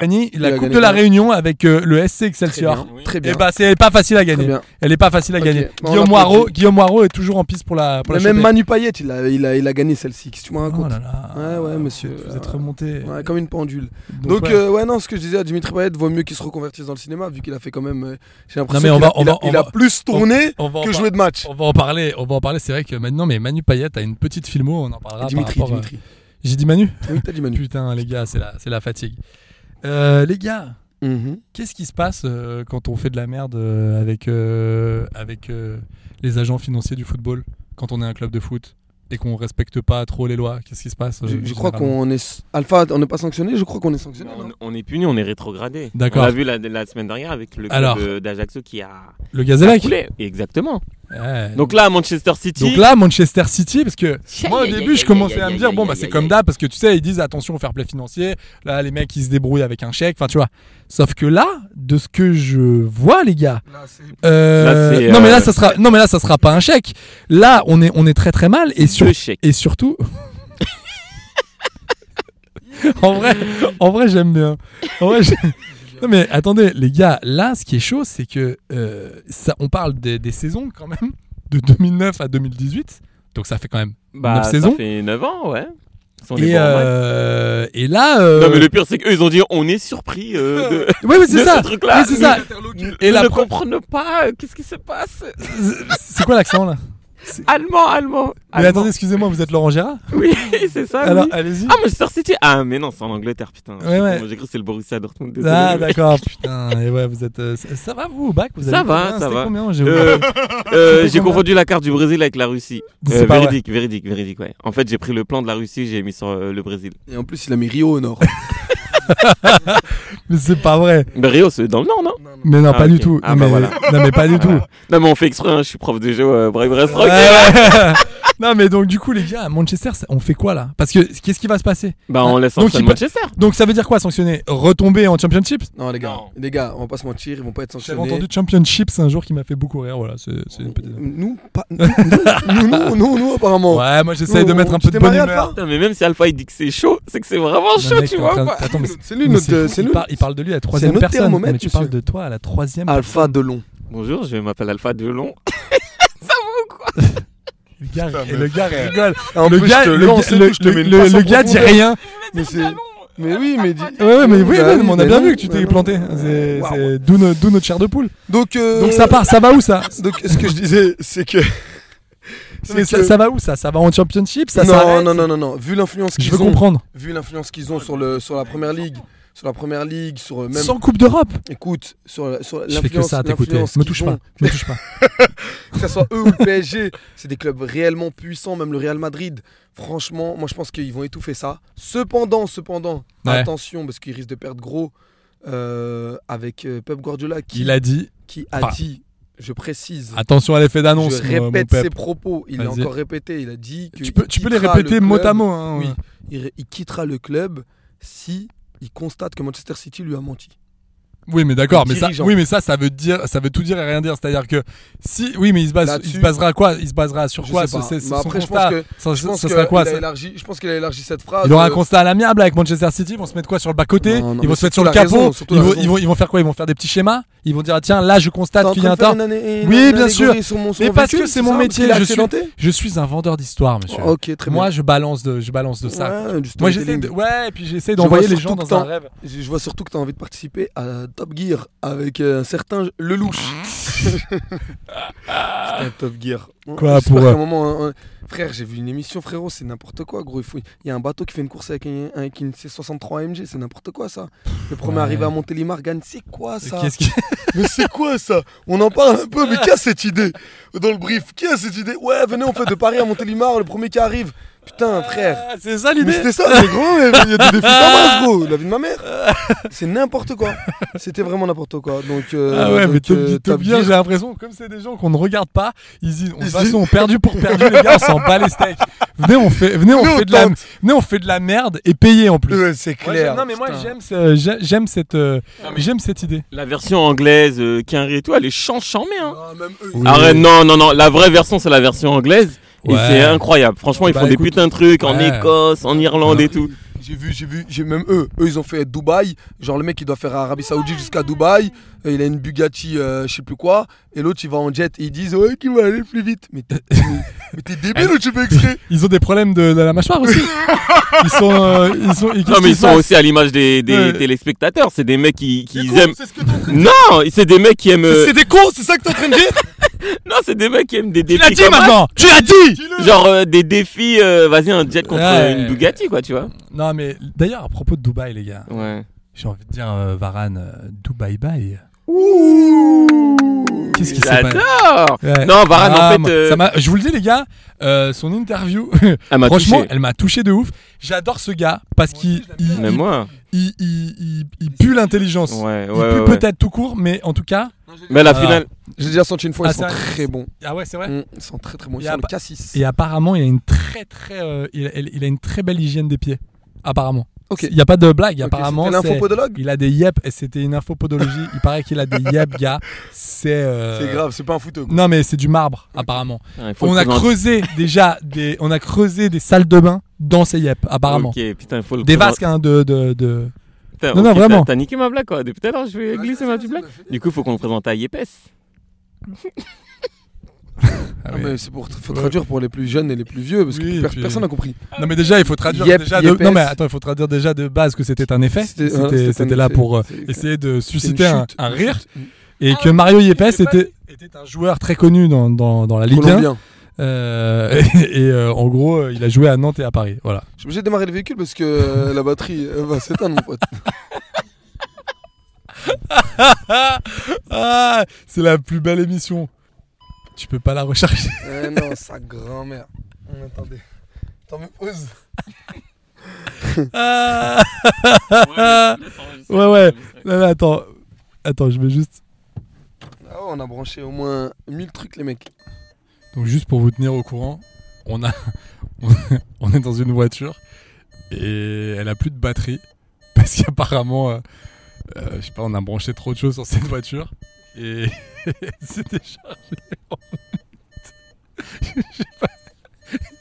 [SPEAKER 8] gagné
[SPEAKER 9] Il
[SPEAKER 8] la
[SPEAKER 9] a
[SPEAKER 8] Coupe
[SPEAKER 9] gagné
[SPEAKER 8] de la
[SPEAKER 9] combien
[SPEAKER 8] Réunion avec euh, le SC Excelsior.
[SPEAKER 9] bien,
[SPEAKER 2] Oui.
[SPEAKER 9] Très bien.
[SPEAKER 8] Et bah c'est pas facile à
[SPEAKER 9] très
[SPEAKER 8] gagner.
[SPEAKER 9] bien.
[SPEAKER 8] Elle est pas facile à
[SPEAKER 9] Ok.
[SPEAKER 8] gagner.
[SPEAKER 9] Bon,
[SPEAKER 8] Guillaume
[SPEAKER 9] on a compris.
[SPEAKER 8] Moirot, Guillaume Moirot est toujours en piste pour la pour
[SPEAKER 9] Le
[SPEAKER 8] la
[SPEAKER 9] même
[SPEAKER 8] choper.
[SPEAKER 9] Manu Payet, il a, il a, il a gagné celle-ci. Qu'est-ce que tu me racontes
[SPEAKER 8] Oh là là.
[SPEAKER 9] Ouais, ouais, monsieur.
[SPEAKER 8] Vous êtes remonté.
[SPEAKER 9] Ouais, comme une pendule.
[SPEAKER 8] Donc,
[SPEAKER 9] Donc,
[SPEAKER 8] ouais.
[SPEAKER 9] euh, ouais, non, ce que je disais à Dimitri Payet, vaut mieux qu'il se reconvertisse dans le cinéma, vu qu'il a fait quand même. euh, J'ai l'impression
[SPEAKER 8] mais on
[SPEAKER 9] qu'il
[SPEAKER 8] va-
[SPEAKER 9] a,
[SPEAKER 8] on
[SPEAKER 9] il a-
[SPEAKER 8] va- on
[SPEAKER 9] il a
[SPEAKER 8] va-
[SPEAKER 9] plus tourné
[SPEAKER 8] on va en
[SPEAKER 9] que
[SPEAKER 8] par-
[SPEAKER 9] joué de match.
[SPEAKER 8] on va en parler. On va en parler. C'est vrai que maintenant, mais Manu Payet a une petite filmo. On en parlera. par
[SPEAKER 9] Dimitri,
[SPEAKER 8] rapport à-
[SPEAKER 9] Dimitri.
[SPEAKER 8] J'ai dit Manu.
[SPEAKER 9] Oui, t'as dit Manu.
[SPEAKER 8] Putain, les gars, c'est la c'est la fatigue. Euh, les gars,
[SPEAKER 9] Mhm.
[SPEAKER 8] qu'est-ce qui se passe euh, quand on fait de la merde euh, avec euh, avec euh, les agents financiers du football quand on est un club de foot et qu'on respecte pas trop les lois Qu'est-ce qui se passe euh,
[SPEAKER 9] Je, je crois
[SPEAKER 8] généralement
[SPEAKER 9] qu'on est. Alpha, on n'est pas sanctionné Je crois qu'on est sanctionné. non
[SPEAKER 2] On, on est puni, on est rétrogradé.
[SPEAKER 8] D'accord.
[SPEAKER 2] On l'a vu la, la semaine dernière avec le
[SPEAKER 8] Alors.
[SPEAKER 2] club euh, d'Ajaccio qui a
[SPEAKER 8] le Gazélec.
[SPEAKER 2] coulé. Exactement.
[SPEAKER 8] Ouais.
[SPEAKER 2] Donc là, à Manchester City.
[SPEAKER 8] Euh, Donc là, Manchester City, parce que moi au
[SPEAKER 6] aïe,
[SPEAKER 8] début,
[SPEAKER 6] aïe,
[SPEAKER 8] je commençais
[SPEAKER 6] aïe,
[SPEAKER 8] à me
[SPEAKER 6] aïe,
[SPEAKER 8] dire,
[SPEAKER 6] aïe,
[SPEAKER 8] bon, bah
[SPEAKER 6] aïe,
[SPEAKER 8] c'est
[SPEAKER 6] aïe,
[SPEAKER 8] comme
[SPEAKER 6] aïe.
[SPEAKER 8] d'hab, parce que tu sais, ils disent attention au fair play financier, là les mecs ils se débrouillent avec un chèque, enfin tu vois. Sauf que là, de ce que je vois, les gars, euh,
[SPEAKER 2] Là, c'est,
[SPEAKER 8] non mais là
[SPEAKER 2] euh,
[SPEAKER 8] ça sera, non mais là ça sera pas un chèque. Là, on est, on est très très mal et sur,
[SPEAKER 2] deux chèques.
[SPEAKER 8] et surtout. en vrai, en vrai j'aime bien. En vrai, j'ai- non mais attendez, les gars, là, ce qui est chaud, c'est que euh, ça, on parle des, des saisons quand même, de 2009 à 2018. Donc ça fait quand même.
[SPEAKER 2] Bah,
[SPEAKER 8] neuf
[SPEAKER 2] ça
[SPEAKER 8] saisons.
[SPEAKER 2] fait 9 ans, ouais. Ils sont les
[SPEAKER 8] Et,
[SPEAKER 2] bons en match.
[SPEAKER 8] euh, et là. euh,
[SPEAKER 2] Non, mais le pire, c'est qu'eux, ils ont dit on est surpris euh, de,
[SPEAKER 8] Oui, oui,
[SPEAKER 2] de
[SPEAKER 8] c'est ça.
[SPEAKER 2] ce truc-là.
[SPEAKER 8] Oui, c'est ça. Et
[SPEAKER 2] Et
[SPEAKER 8] la
[SPEAKER 2] ne
[SPEAKER 8] pro-
[SPEAKER 2] comprennent pas euh, qu'est-ce qui se passe.
[SPEAKER 8] C'est quoi l'accent là
[SPEAKER 2] Allemand, allemand.
[SPEAKER 8] Mais
[SPEAKER 2] allemand.
[SPEAKER 8] attendez, excusez-moi, vous êtes Laurent Gérard
[SPEAKER 2] Oui, c'est ça.
[SPEAKER 8] Alors,
[SPEAKER 2] oui.
[SPEAKER 8] allez-y.
[SPEAKER 2] Ah, Manchester City. Ah, mais non, c'est en Angleterre, putain.
[SPEAKER 8] Ouais, ouais.
[SPEAKER 2] Moi, J'ai cru que c'est le Borussia Dortmund. Désolé.
[SPEAKER 8] Ah, d'accord, putain. Et ouais, vous êtes. euh, ça ça va vous au bac vous
[SPEAKER 2] Ça
[SPEAKER 8] avez
[SPEAKER 2] va,
[SPEAKER 8] combien
[SPEAKER 2] ça
[SPEAKER 8] C'était
[SPEAKER 2] va.
[SPEAKER 8] combien en géo
[SPEAKER 2] Euh, euh,
[SPEAKER 8] C'était
[SPEAKER 2] j'ai
[SPEAKER 8] combien
[SPEAKER 2] confondu la carte du Brésil avec la Russie.
[SPEAKER 8] C'est
[SPEAKER 2] Euh,
[SPEAKER 8] pas vrai.
[SPEAKER 2] véridique, véridique, véridique, ouais. En fait, j'ai pris le plan de la Russie, j'ai mis sur euh, le Brésil.
[SPEAKER 9] Et en plus, il a mis Rio au nord.
[SPEAKER 8] Mais c'est pas vrai.
[SPEAKER 2] Mais Bah, Rio, c'est dans le nord, non
[SPEAKER 8] Mais non,
[SPEAKER 2] Ah,
[SPEAKER 8] pas du
[SPEAKER 2] ok.
[SPEAKER 8] tout.
[SPEAKER 2] Ah,
[SPEAKER 8] non,
[SPEAKER 2] bah,
[SPEAKER 8] mais,
[SPEAKER 2] voilà. bah.
[SPEAKER 8] non, mais pas du tout.
[SPEAKER 2] Voilà. Non, mais on fait exprès, hein, je suis prof de géo, euh, bref, reste tranquille.
[SPEAKER 8] Ouais. non, mais donc du coup, les gars, à Manchester, ça- on fait quoi là Parce que qu'est-ce qui va se passer
[SPEAKER 2] Bah, on laisse
[SPEAKER 8] Donc,
[SPEAKER 2] en
[SPEAKER 8] il peut-
[SPEAKER 2] Manchester.
[SPEAKER 8] Donc ça veut dire quoi sanctionner Retomber en Championship
[SPEAKER 9] non, les gars,
[SPEAKER 2] Non.
[SPEAKER 9] les gars, on va pas se mentir, ils vont pas être
[SPEAKER 8] J'avais
[SPEAKER 9] sanctionnés.
[SPEAKER 8] entendu Championships un jour qui m'a fait beaucoup rire. Voilà, c'est c'est une petite.
[SPEAKER 9] Nous, pas, nous, nous, nous, nous, nous, apparemment.
[SPEAKER 8] Ouais, moi j'essaye de
[SPEAKER 9] Nous,
[SPEAKER 8] mettre un
[SPEAKER 9] tu
[SPEAKER 8] peu de
[SPEAKER 9] t'es
[SPEAKER 8] bonne
[SPEAKER 9] marié à la
[SPEAKER 8] humeur.
[SPEAKER 9] fin
[SPEAKER 2] Putain, mais même si Alpha il dit que c'est chaud, c'est que c'est vraiment
[SPEAKER 8] Non,
[SPEAKER 2] chaud,
[SPEAKER 8] mec, t'es
[SPEAKER 2] tu
[SPEAKER 8] en
[SPEAKER 2] vois.
[SPEAKER 8] train de-
[SPEAKER 2] quoi.
[SPEAKER 8] Attends, mais
[SPEAKER 9] C'est lui
[SPEAKER 8] mais
[SPEAKER 9] notre,
[SPEAKER 8] c'est fou,
[SPEAKER 9] c'est
[SPEAKER 8] il,
[SPEAKER 9] nous-
[SPEAKER 8] parle, il parle de lui à la troisième
[SPEAKER 9] notre
[SPEAKER 8] personne.
[SPEAKER 9] thermomètre, Ah,
[SPEAKER 8] mais tu parles
[SPEAKER 9] monsieur.
[SPEAKER 8] de toi à la troisième.
[SPEAKER 9] Alpha Delon.
[SPEAKER 2] Bonjour, je m'appelle Alpha Delon.
[SPEAKER 8] Le gars,
[SPEAKER 9] Putain,
[SPEAKER 8] et
[SPEAKER 9] mais
[SPEAKER 8] le gars
[SPEAKER 9] frère.
[SPEAKER 8] rigole.
[SPEAKER 9] Et en
[SPEAKER 8] le
[SPEAKER 9] plus,
[SPEAKER 8] gars,
[SPEAKER 9] je te-
[SPEAKER 8] le,
[SPEAKER 9] là, on
[SPEAKER 8] gars-
[SPEAKER 9] sait
[SPEAKER 8] le-
[SPEAKER 9] tout, je te
[SPEAKER 8] le-
[SPEAKER 9] mets une
[SPEAKER 8] le-
[SPEAKER 9] passe en
[SPEAKER 8] le gars dit
[SPEAKER 9] profondeur.
[SPEAKER 8] rien.
[SPEAKER 9] Mais c'est. Mais oui,
[SPEAKER 8] euh,
[SPEAKER 9] mais dis.
[SPEAKER 8] Ouais, ouais, mais oui,
[SPEAKER 9] hein. Bah
[SPEAKER 8] ouais,
[SPEAKER 9] oui,
[SPEAKER 8] mais on a
[SPEAKER 9] bah
[SPEAKER 8] bien
[SPEAKER 9] non,
[SPEAKER 8] vu que tu
[SPEAKER 9] bah
[SPEAKER 8] t'es
[SPEAKER 9] non.
[SPEAKER 8] planté. C'est
[SPEAKER 9] Waouh.
[SPEAKER 8] c'est d'où no- d'où notre chair de poule.
[SPEAKER 9] Donc, euh,
[SPEAKER 8] Donc ça part, ça va où ça
[SPEAKER 9] Donc, ce que je disais, c'est que. c'est
[SPEAKER 8] Mais ça,
[SPEAKER 9] que-
[SPEAKER 8] ça va où ça Ça va en championship Ça
[SPEAKER 9] non,
[SPEAKER 8] s'arrête
[SPEAKER 9] non, non, non, non. Vu l'influence
[SPEAKER 8] Je
[SPEAKER 9] qu'ils
[SPEAKER 8] veux
[SPEAKER 9] ont,
[SPEAKER 8] comprendre.
[SPEAKER 9] vu l'influence qu'ils ont sur le sur la première ligue, sur la première ligue, sur euh, même.
[SPEAKER 8] Sans Coupe d'Europe
[SPEAKER 9] Écoute, sur la- sur
[SPEAKER 8] Je fais que
[SPEAKER 9] l'influence.
[SPEAKER 8] ça à t'écouter.
[SPEAKER 9] l'influence
[SPEAKER 8] Me
[SPEAKER 9] qu'ils
[SPEAKER 8] touche
[SPEAKER 9] ont,
[SPEAKER 8] pas. Me touche pas.
[SPEAKER 9] Que ce soit eux ou le PSG, c'est des clubs réellement puissants, même le Real Madrid. Franchement, moi je pense qu'ils vont étouffer ça. Cependant, cependant,
[SPEAKER 8] Ouais.
[SPEAKER 9] attention parce qu'ils risquent de perdre gros euh, avec euh, Pep Guardiola qui
[SPEAKER 8] Il a dit
[SPEAKER 9] qui a
[SPEAKER 8] Enfin,
[SPEAKER 9] dit, je précise,
[SPEAKER 8] attention à l'effet d'annonce.
[SPEAKER 9] je
[SPEAKER 8] mon- mon
[SPEAKER 9] répète
[SPEAKER 8] Pep.
[SPEAKER 9] ses propos. Il l'a
[SPEAKER 8] Vas-y.
[SPEAKER 9] encore répété. Il a dit que
[SPEAKER 8] Tu peux,
[SPEAKER 9] il
[SPEAKER 8] tu peux les
[SPEAKER 9] quittera le
[SPEAKER 8] répéter mot à
[SPEAKER 9] club.
[SPEAKER 8] mot. hein,
[SPEAKER 9] Oui,
[SPEAKER 8] ouais.
[SPEAKER 9] il, il quittera le club si il constate que Manchester City lui a menti.
[SPEAKER 8] Oui, mais d'accord,
[SPEAKER 9] Le
[SPEAKER 8] mais ça,
[SPEAKER 9] dirigeant.
[SPEAKER 8] oui, mais ça, ça veut dire, ça veut tout dire et rien dire. C'est-à-dire que si, oui, mais il se base, il se
[SPEAKER 9] Là-dessus-
[SPEAKER 8] basera à quoi Il se basera sur
[SPEAKER 9] Je
[SPEAKER 8] quoi
[SPEAKER 9] sais pas.
[SPEAKER 8] C'est-
[SPEAKER 9] Mais
[SPEAKER 8] c'est son
[SPEAKER 9] après, je pense
[SPEAKER 8] constat.
[SPEAKER 9] que-
[SPEAKER 8] Ça,
[SPEAKER 9] Je
[SPEAKER 8] ça-
[SPEAKER 9] pense
[SPEAKER 8] ça
[SPEAKER 9] que
[SPEAKER 8] sera quoi
[SPEAKER 9] il a
[SPEAKER 8] ça
[SPEAKER 9] élargi- Je pense qu'il a élargi cette phrase.
[SPEAKER 8] Il aura un
[SPEAKER 9] euh,
[SPEAKER 8] constat à l'amiable avec Manchester City. Ils vont se mettre quoi sur le bas côté
[SPEAKER 9] Non, non,
[SPEAKER 8] Ils vont
[SPEAKER 9] mais
[SPEAKER 8] se mettre sur le
[SPEAKER 9] surtout la
[SPEAKER 8] capot.
[SPEAKER 9] raison, surtout
[SPEAKER 8] ils,
[SPEAKER 9] la
[SPEAKER 8] vont,
[SPEAKER 9] raison.
[SPEAKER 8] ils, vont, ils vont faire quoi Ils vont faire des petits schémas. Ils vont dire ah, tiens, là, je
[SPEAKER 9] t'es en
[SPEAKER 8] constate qu'il y a
[SPEAKER 9] train
[SPEAKER 8] un
[SPEAKER 9] de faire
[SPEAKER 8] tort.
[SPEAKER 9] une année- une
[SPEAKER 8] Oui,
[SPEAKER 9] année
[SPEAKER 8] bien sûr.
[SPEAKER 9] allégorie sur mon- sur
[SPEAKER 8] Mais
[SPEAKER 9] mon
[SPEAKER 8] parce
[SPEAKER 9] vécu,
[SPEAKER 8] que c'est
[SPEAKER 9] c'est
[SPEAKER 8] mon
[SPEAKER 9] ça,
[SPEAKER 8] métier,
[SPEAKER 9] qu'il a
[SPEAKER 8] je suis-
[SPEAKER 9] accidenté
[SPEAKER 8] Je suis un vendeur d'histoire, monsieur.
[SPEAKER 9] Ok, Oh, très
[SPEAKER 8] Moi,
[SPEAKER 9] bien.
[SPEAKER 8] je balance de, je balance de ça.
[SPEAKER 9] Ouais, du
[SPEAKER 8] Moi,
[SPEAKER 9] storytelling.
[SPEAKER 8] j'essaie de, ouais, et puis j'essaie d'envoyer
[SPEAKER 9] vois
[SPEAKER 8] les gens
[SPEAKER 9] surtout que
[SPEAKER 8] dans un
[SPEAKER 9] t'en-
[SPEAKER 8] rêve.
[SPEAKER 9] Je je vois surtout que t'as envie de participer à Top Gear avec euh, un certain Lelouch. Putain, Top Gear.
[SPEAKER 8] Quoi,
[SPEAKER 9] J'espère
[SPEAKER 8] pour,
[SPEAKER 9] qu'à
[SPEAKER 8] euh,
[SPEAKER 9] un moment, un- un- Frère, j'ai vu une émission, frérot, c'est n'importe quoi, gros. Il faut- il y a un bateau qui fait une course avec, un- avec une C63 AMG, c'est n'importe quoi ça. Le premier
[SPEAKER 8] ouais.
[SPEAKER 9] arrivé à Montélimar gagne, c'est quoi ça
[SPEAKER 8] Qu'est-ce qui-
[SPEAKER 9] Mais c'est quoi ça On en parle un peu, mais qui a cette idée Dans le brief, qui a cette idée Ouais, venez, on fait de Paris à Montélimar, le premier qui arrive. Putain, frère.
[SPEAKER 8] Ah, C'est ça
[SPEAKER 9] Mais
[SPEAKER 8] l'idée.
[SPEAKER 9] c'était ça, mais gros, mais il y a des défis d'avance, gros. La vie de ma mère. C'est n'importe quoi. C'était vraiment n'importe quoi. Donc, euh,
[SPEAKER 8] Ah ouais,
[SPEAKER 9] donc,
[SPEAKER 8] mais Top,
[SPEAKER 9] euh,
[SPEAKER 8] Top
[SPEAKER 9] Top
[SPEAKER 8] Gear,
[SPEAKER 9] Gear,
[SPEAKER 8] j'ai l'impression, comme c'est des gens qu'on ne regarde pas, ils disent, on, de toute
[SPEAKER 9] Ils
[SPEAKER 8] façon,
[SPEAKER 9] disent-
[SPEAKER 8] on perdu pour perdu, les gars, on s'en bat les steaks. Venez, on fait, venez, on
[SPEAKER 9] Venez, on
[SPEAKER 8] fait de la,
[SPEAKER 9] tente.
[SPEAKER 8] venez, on fait de la merde et payez en plus.
[SPEAKER 9] Ouais, c'est
[SPEAKER 8] Moi,
[SPEAKER 9] clair.
[SPEAKER 8] j'aime- non, mais moi,
[SPEAKER 9] putain.
[SPEAKER 8] j'aime, ce- j'ai- j'aime cette, euh, j'aime cette idée.
[SPEAKER 2] La version anglaise, euh, Quinry et tout, elle est chanchambée, hein.
[SPEAKER 9] Ah, même eux,
[SPEAKER 8] Oui.
[SPEAKER 2] Arrête, non, non, non, la vraie version, c'est la version anglaise. Et
[SPEAKER 8] Ouais.
[SPEAKER 2] c'est incroyable. Franchement, ils
[SPEAKER 8] Bah,
[SPEAKER 2] font
[SPEAKER 8] écoute,
[SPEAKER 2] des putains de trucs en
[SPEAKER 8] ouais.
[SPEAKER 2] Écosse, en Irlande et tout.
[SPEAKER 9] J'ai vu, j'ai vu, j'ai même eux. Eux, ils ont fait Dubaï. Genre, le mec, il doit faire Arabie Saoudite jusqu'à Dubaï. Et il a une Bugatti, euh, je sais plus quoi. Et l'autre, il va en jet. Et ils disent, ouais, qui va aller plus vite. Mais t'es, mais- mais t'es débile ou tu peux exprès
[SPEAKER 8] Ils ont des problèmes de, de la mâchoire aussi. ils sont, euh, ils sont, ils,
[SPEAKER 2] Non, mais ils
[SPEAKER 8] qu'est-ce qui
[SPEAKER 2] sont
[SPEAKER 8] se
[SPEAKER 2] aussi à l'image des, des
[SPEAKER 8] Ouais.
[SPEAKER 2] téléspectateurs. C'est des mecs qui, qui
[SPEAKER 9] Gros,
[SPEAKER 2] aiment.
[SPEAKER 9] C'est ce que t'es en train de-
[SPEAKER 2] Non, c'est des mecs qui aiment. euh,
[SPEAKER 9] C'est des cons, c'est ça que t'es en train de dire
[SPEAKER 2] Non, c'est des mecs qui aiment des
[SPEAKER 8] passe
[SPEAKER 2] défis.
[SPEAKER 8] Tu l'as dit
[SPEAKER 2] comme ça.
[SPEAKER 8] maintenant. Tu l'as dit.
[SPEAKER 2] Genre euh, des défis, euh, vas-y, un jet contre euh,
[SPEAKER 8] Ouais.
[SPEAKER 2] une Bugatti, quoi, tu vois.
[SPEAKER 8] Non, mais d'ailleurs, à propos de Dubaï, les gars,
[SPEAKER 2] Ouais.
[SPEAKER 8] j'ai envie de dire, euh, Varane, euh, Dubaï bye.
[SPEAKER 9] Ouh
[SPEAKER 8] Qu'est-ce qui s'est passé?
[SPEAKER 2] J'adore.
[SPEAKER 8] Ouais.
[SPEAKER 2] Non, Varane,
[SPEAKER 8] Ah,
[SPEAKER 2] en
[SPEAKER 8] moi,
[SPEAKER 2] fait, euh,
[SPEAKER 8] ça m'a- je vous le dis les gars, euh, son interview,
[SPEAKER 2] elle m'a
[SPEAKER 8] franchement,
[SPEAKER 2] touché.
[SPEAKER 8] elle m'a touché de ouf. J'adore ce gars parce qu'il il,
[SPEAKER 2] Même moi.
[SPEAKER 8] il- il- il- il pue l'intelligence.
[SPEAKER 2] Ouais, ouais,
[SPEAKER 8] il pue
[SPEAKER 2] ouais.
[SPEAKER 8] peut-être Ah. tout court, mais en tout cas,
[SPEAKER 2] Mais à la
[SPEAKER 8] Voilà.
[SPEAKER 2] finale,
[SPEAKER 9] J'ai déjà senti une fois,
[SPEAKER 8] Ah,
[SPEAKER 9] ils sont
[SPEAKER 8] c'est vrai
[SPEAKER 9] très bons.
[SPEAKER 8] ah ouais, c'est vrai.
[SPEAKER 9] Mm, Ils sont très très bons. Ils
[SPEAKER 8] Et à
[SPEAKER 9] sont le
[SPEAKER 8] pa-
[SPEAKER 9] cassis.
[SPEAKER 8] Et apparemment, il a une très très, euh, il, a, il a une très belle hygiène des pieds. Apparemment.
[SPEAKER 9] Ok.
[SPEAKER 8] Il n'y a pas de blague.
[SPEAKER 9] Ok,
[SPEAKER 8] apparemment,
[SPEAKER 9] c'était
[SPEAKER 8] c'est-
[SPEAKER 9] l'infopodologue
[SPEAKER 8] il a des yep. Et c'était une infopodologie. il paraît qu'il a des yep, gars. C'est. euh,
[SPEAKER 9] C'est grave, c'est pas un fouteux.
[SPEAKER 8] Non, mais c'est du marbre apparemment.
[SPEAKER 2] Ouais, il faut
[SPEAKER 8] On
[SPEAKER 2] le
[SPEAKER 8] a
[SPEAKER 2] présenter.
[SPEAKER 8] creusé déjà des, on a creusé des salles de bain dans ces yep apparemment.
[SPEAKER 2] Ok, putain, il faut le
[SPEAKER 8] Des
[SPEAKER 2] présenter.
[SPEAKER 8] vasques hein, de, de, de...
[SPEAKER 2] Putain,
[SPEAKER 8] Non, non,
[SPEAKER 2] ok, t'as-
[SPEAKER 8] vraiment.
[SPEAKER 2] T'as niqué ma blague quoi. Depuis tout à l'heure, je vais
[SPEAKER 9] Ah,
[SPEAKER 2] glisser ma petite blague. Du coup, faut qu'on le présente à Yepes.
[SPEAKER 8] Ah
[SPEAKER 9] Non,
[SPEAKER 8] oui.
[SPEAKER 9] mais c'est pour faut
[SPEAKER 8] Ouais.
[SPEAKER 9] traduire pour les plus jeunes et les plus vieux parce que
[SPEAKER 8] Oui,
[SPEAKER 9] per-
[SPEAKER 8] et puis-
[SPEAKER 9] personne n'a compris.
[SPEAKER 8] Non mais déjà il faut traduire
[SPEAKER 9] Yep,
[SPEAKER 8] déjà de...
[SPEAKER 9] yepes.
[SPEAKER 8] non mais attends il faut traduire déjà de base que c'était un effet
[SPEAKER 9] C'était-
[SPEAKER 8] c'était
[SPEAKER 9] voilà, c'était un
[SPEAKER 8] c'était là
[SPEAKER 9] effet.
[SPEAKER 8] pour euh,
[SPEAKER 9] C'est-
[SPEAKER 8] essayer de
[SPEAKER 9] C'est une
[SPEAKER 8] susciter un,
[SPEAKER 9] chute,
[SPEAKER 8] un
[SPEAKER 9] une
[SPEAKER 8] rire
[SPEAKER 9] chute.
[SPEAKER 8] et que Mario Yepes Ah était était un joueur très connu dans, dans, dans la Ligue 1
[SPEAKER 9] Colombien.
[SPEAKER 8] Euh, et, et, euh, en gros euh, il a joué à Nantes et à Paris voilà
[SPEAKER 9] Je suis obligé de démarrer le véhicule parce que euh, la batterie euh, va s'éteindre, mon pote.
[SPEAKER 8] ah c'est la plus belle émission tu peux pas la recharger
[SPEAKER 9] Eh non, sa grand-mère. Hum, Attendez. T'en me pose.
[SPEAKER 8] Ah. ouais ouais Là, là, attends attends je vais juste
[SPEAKER 9] Ah ouais, on a branché au moins 1000 trucs, les mecs.
[SPEAKER 8] Donc juste pour vous tenir au courant, on a on est dans une voiture et elle a plus de batterie parce qu'apparemment euh, euh, je sais pas, on a branché trop de choses sur cette voiture et c'était chargé. en route. Je sais pas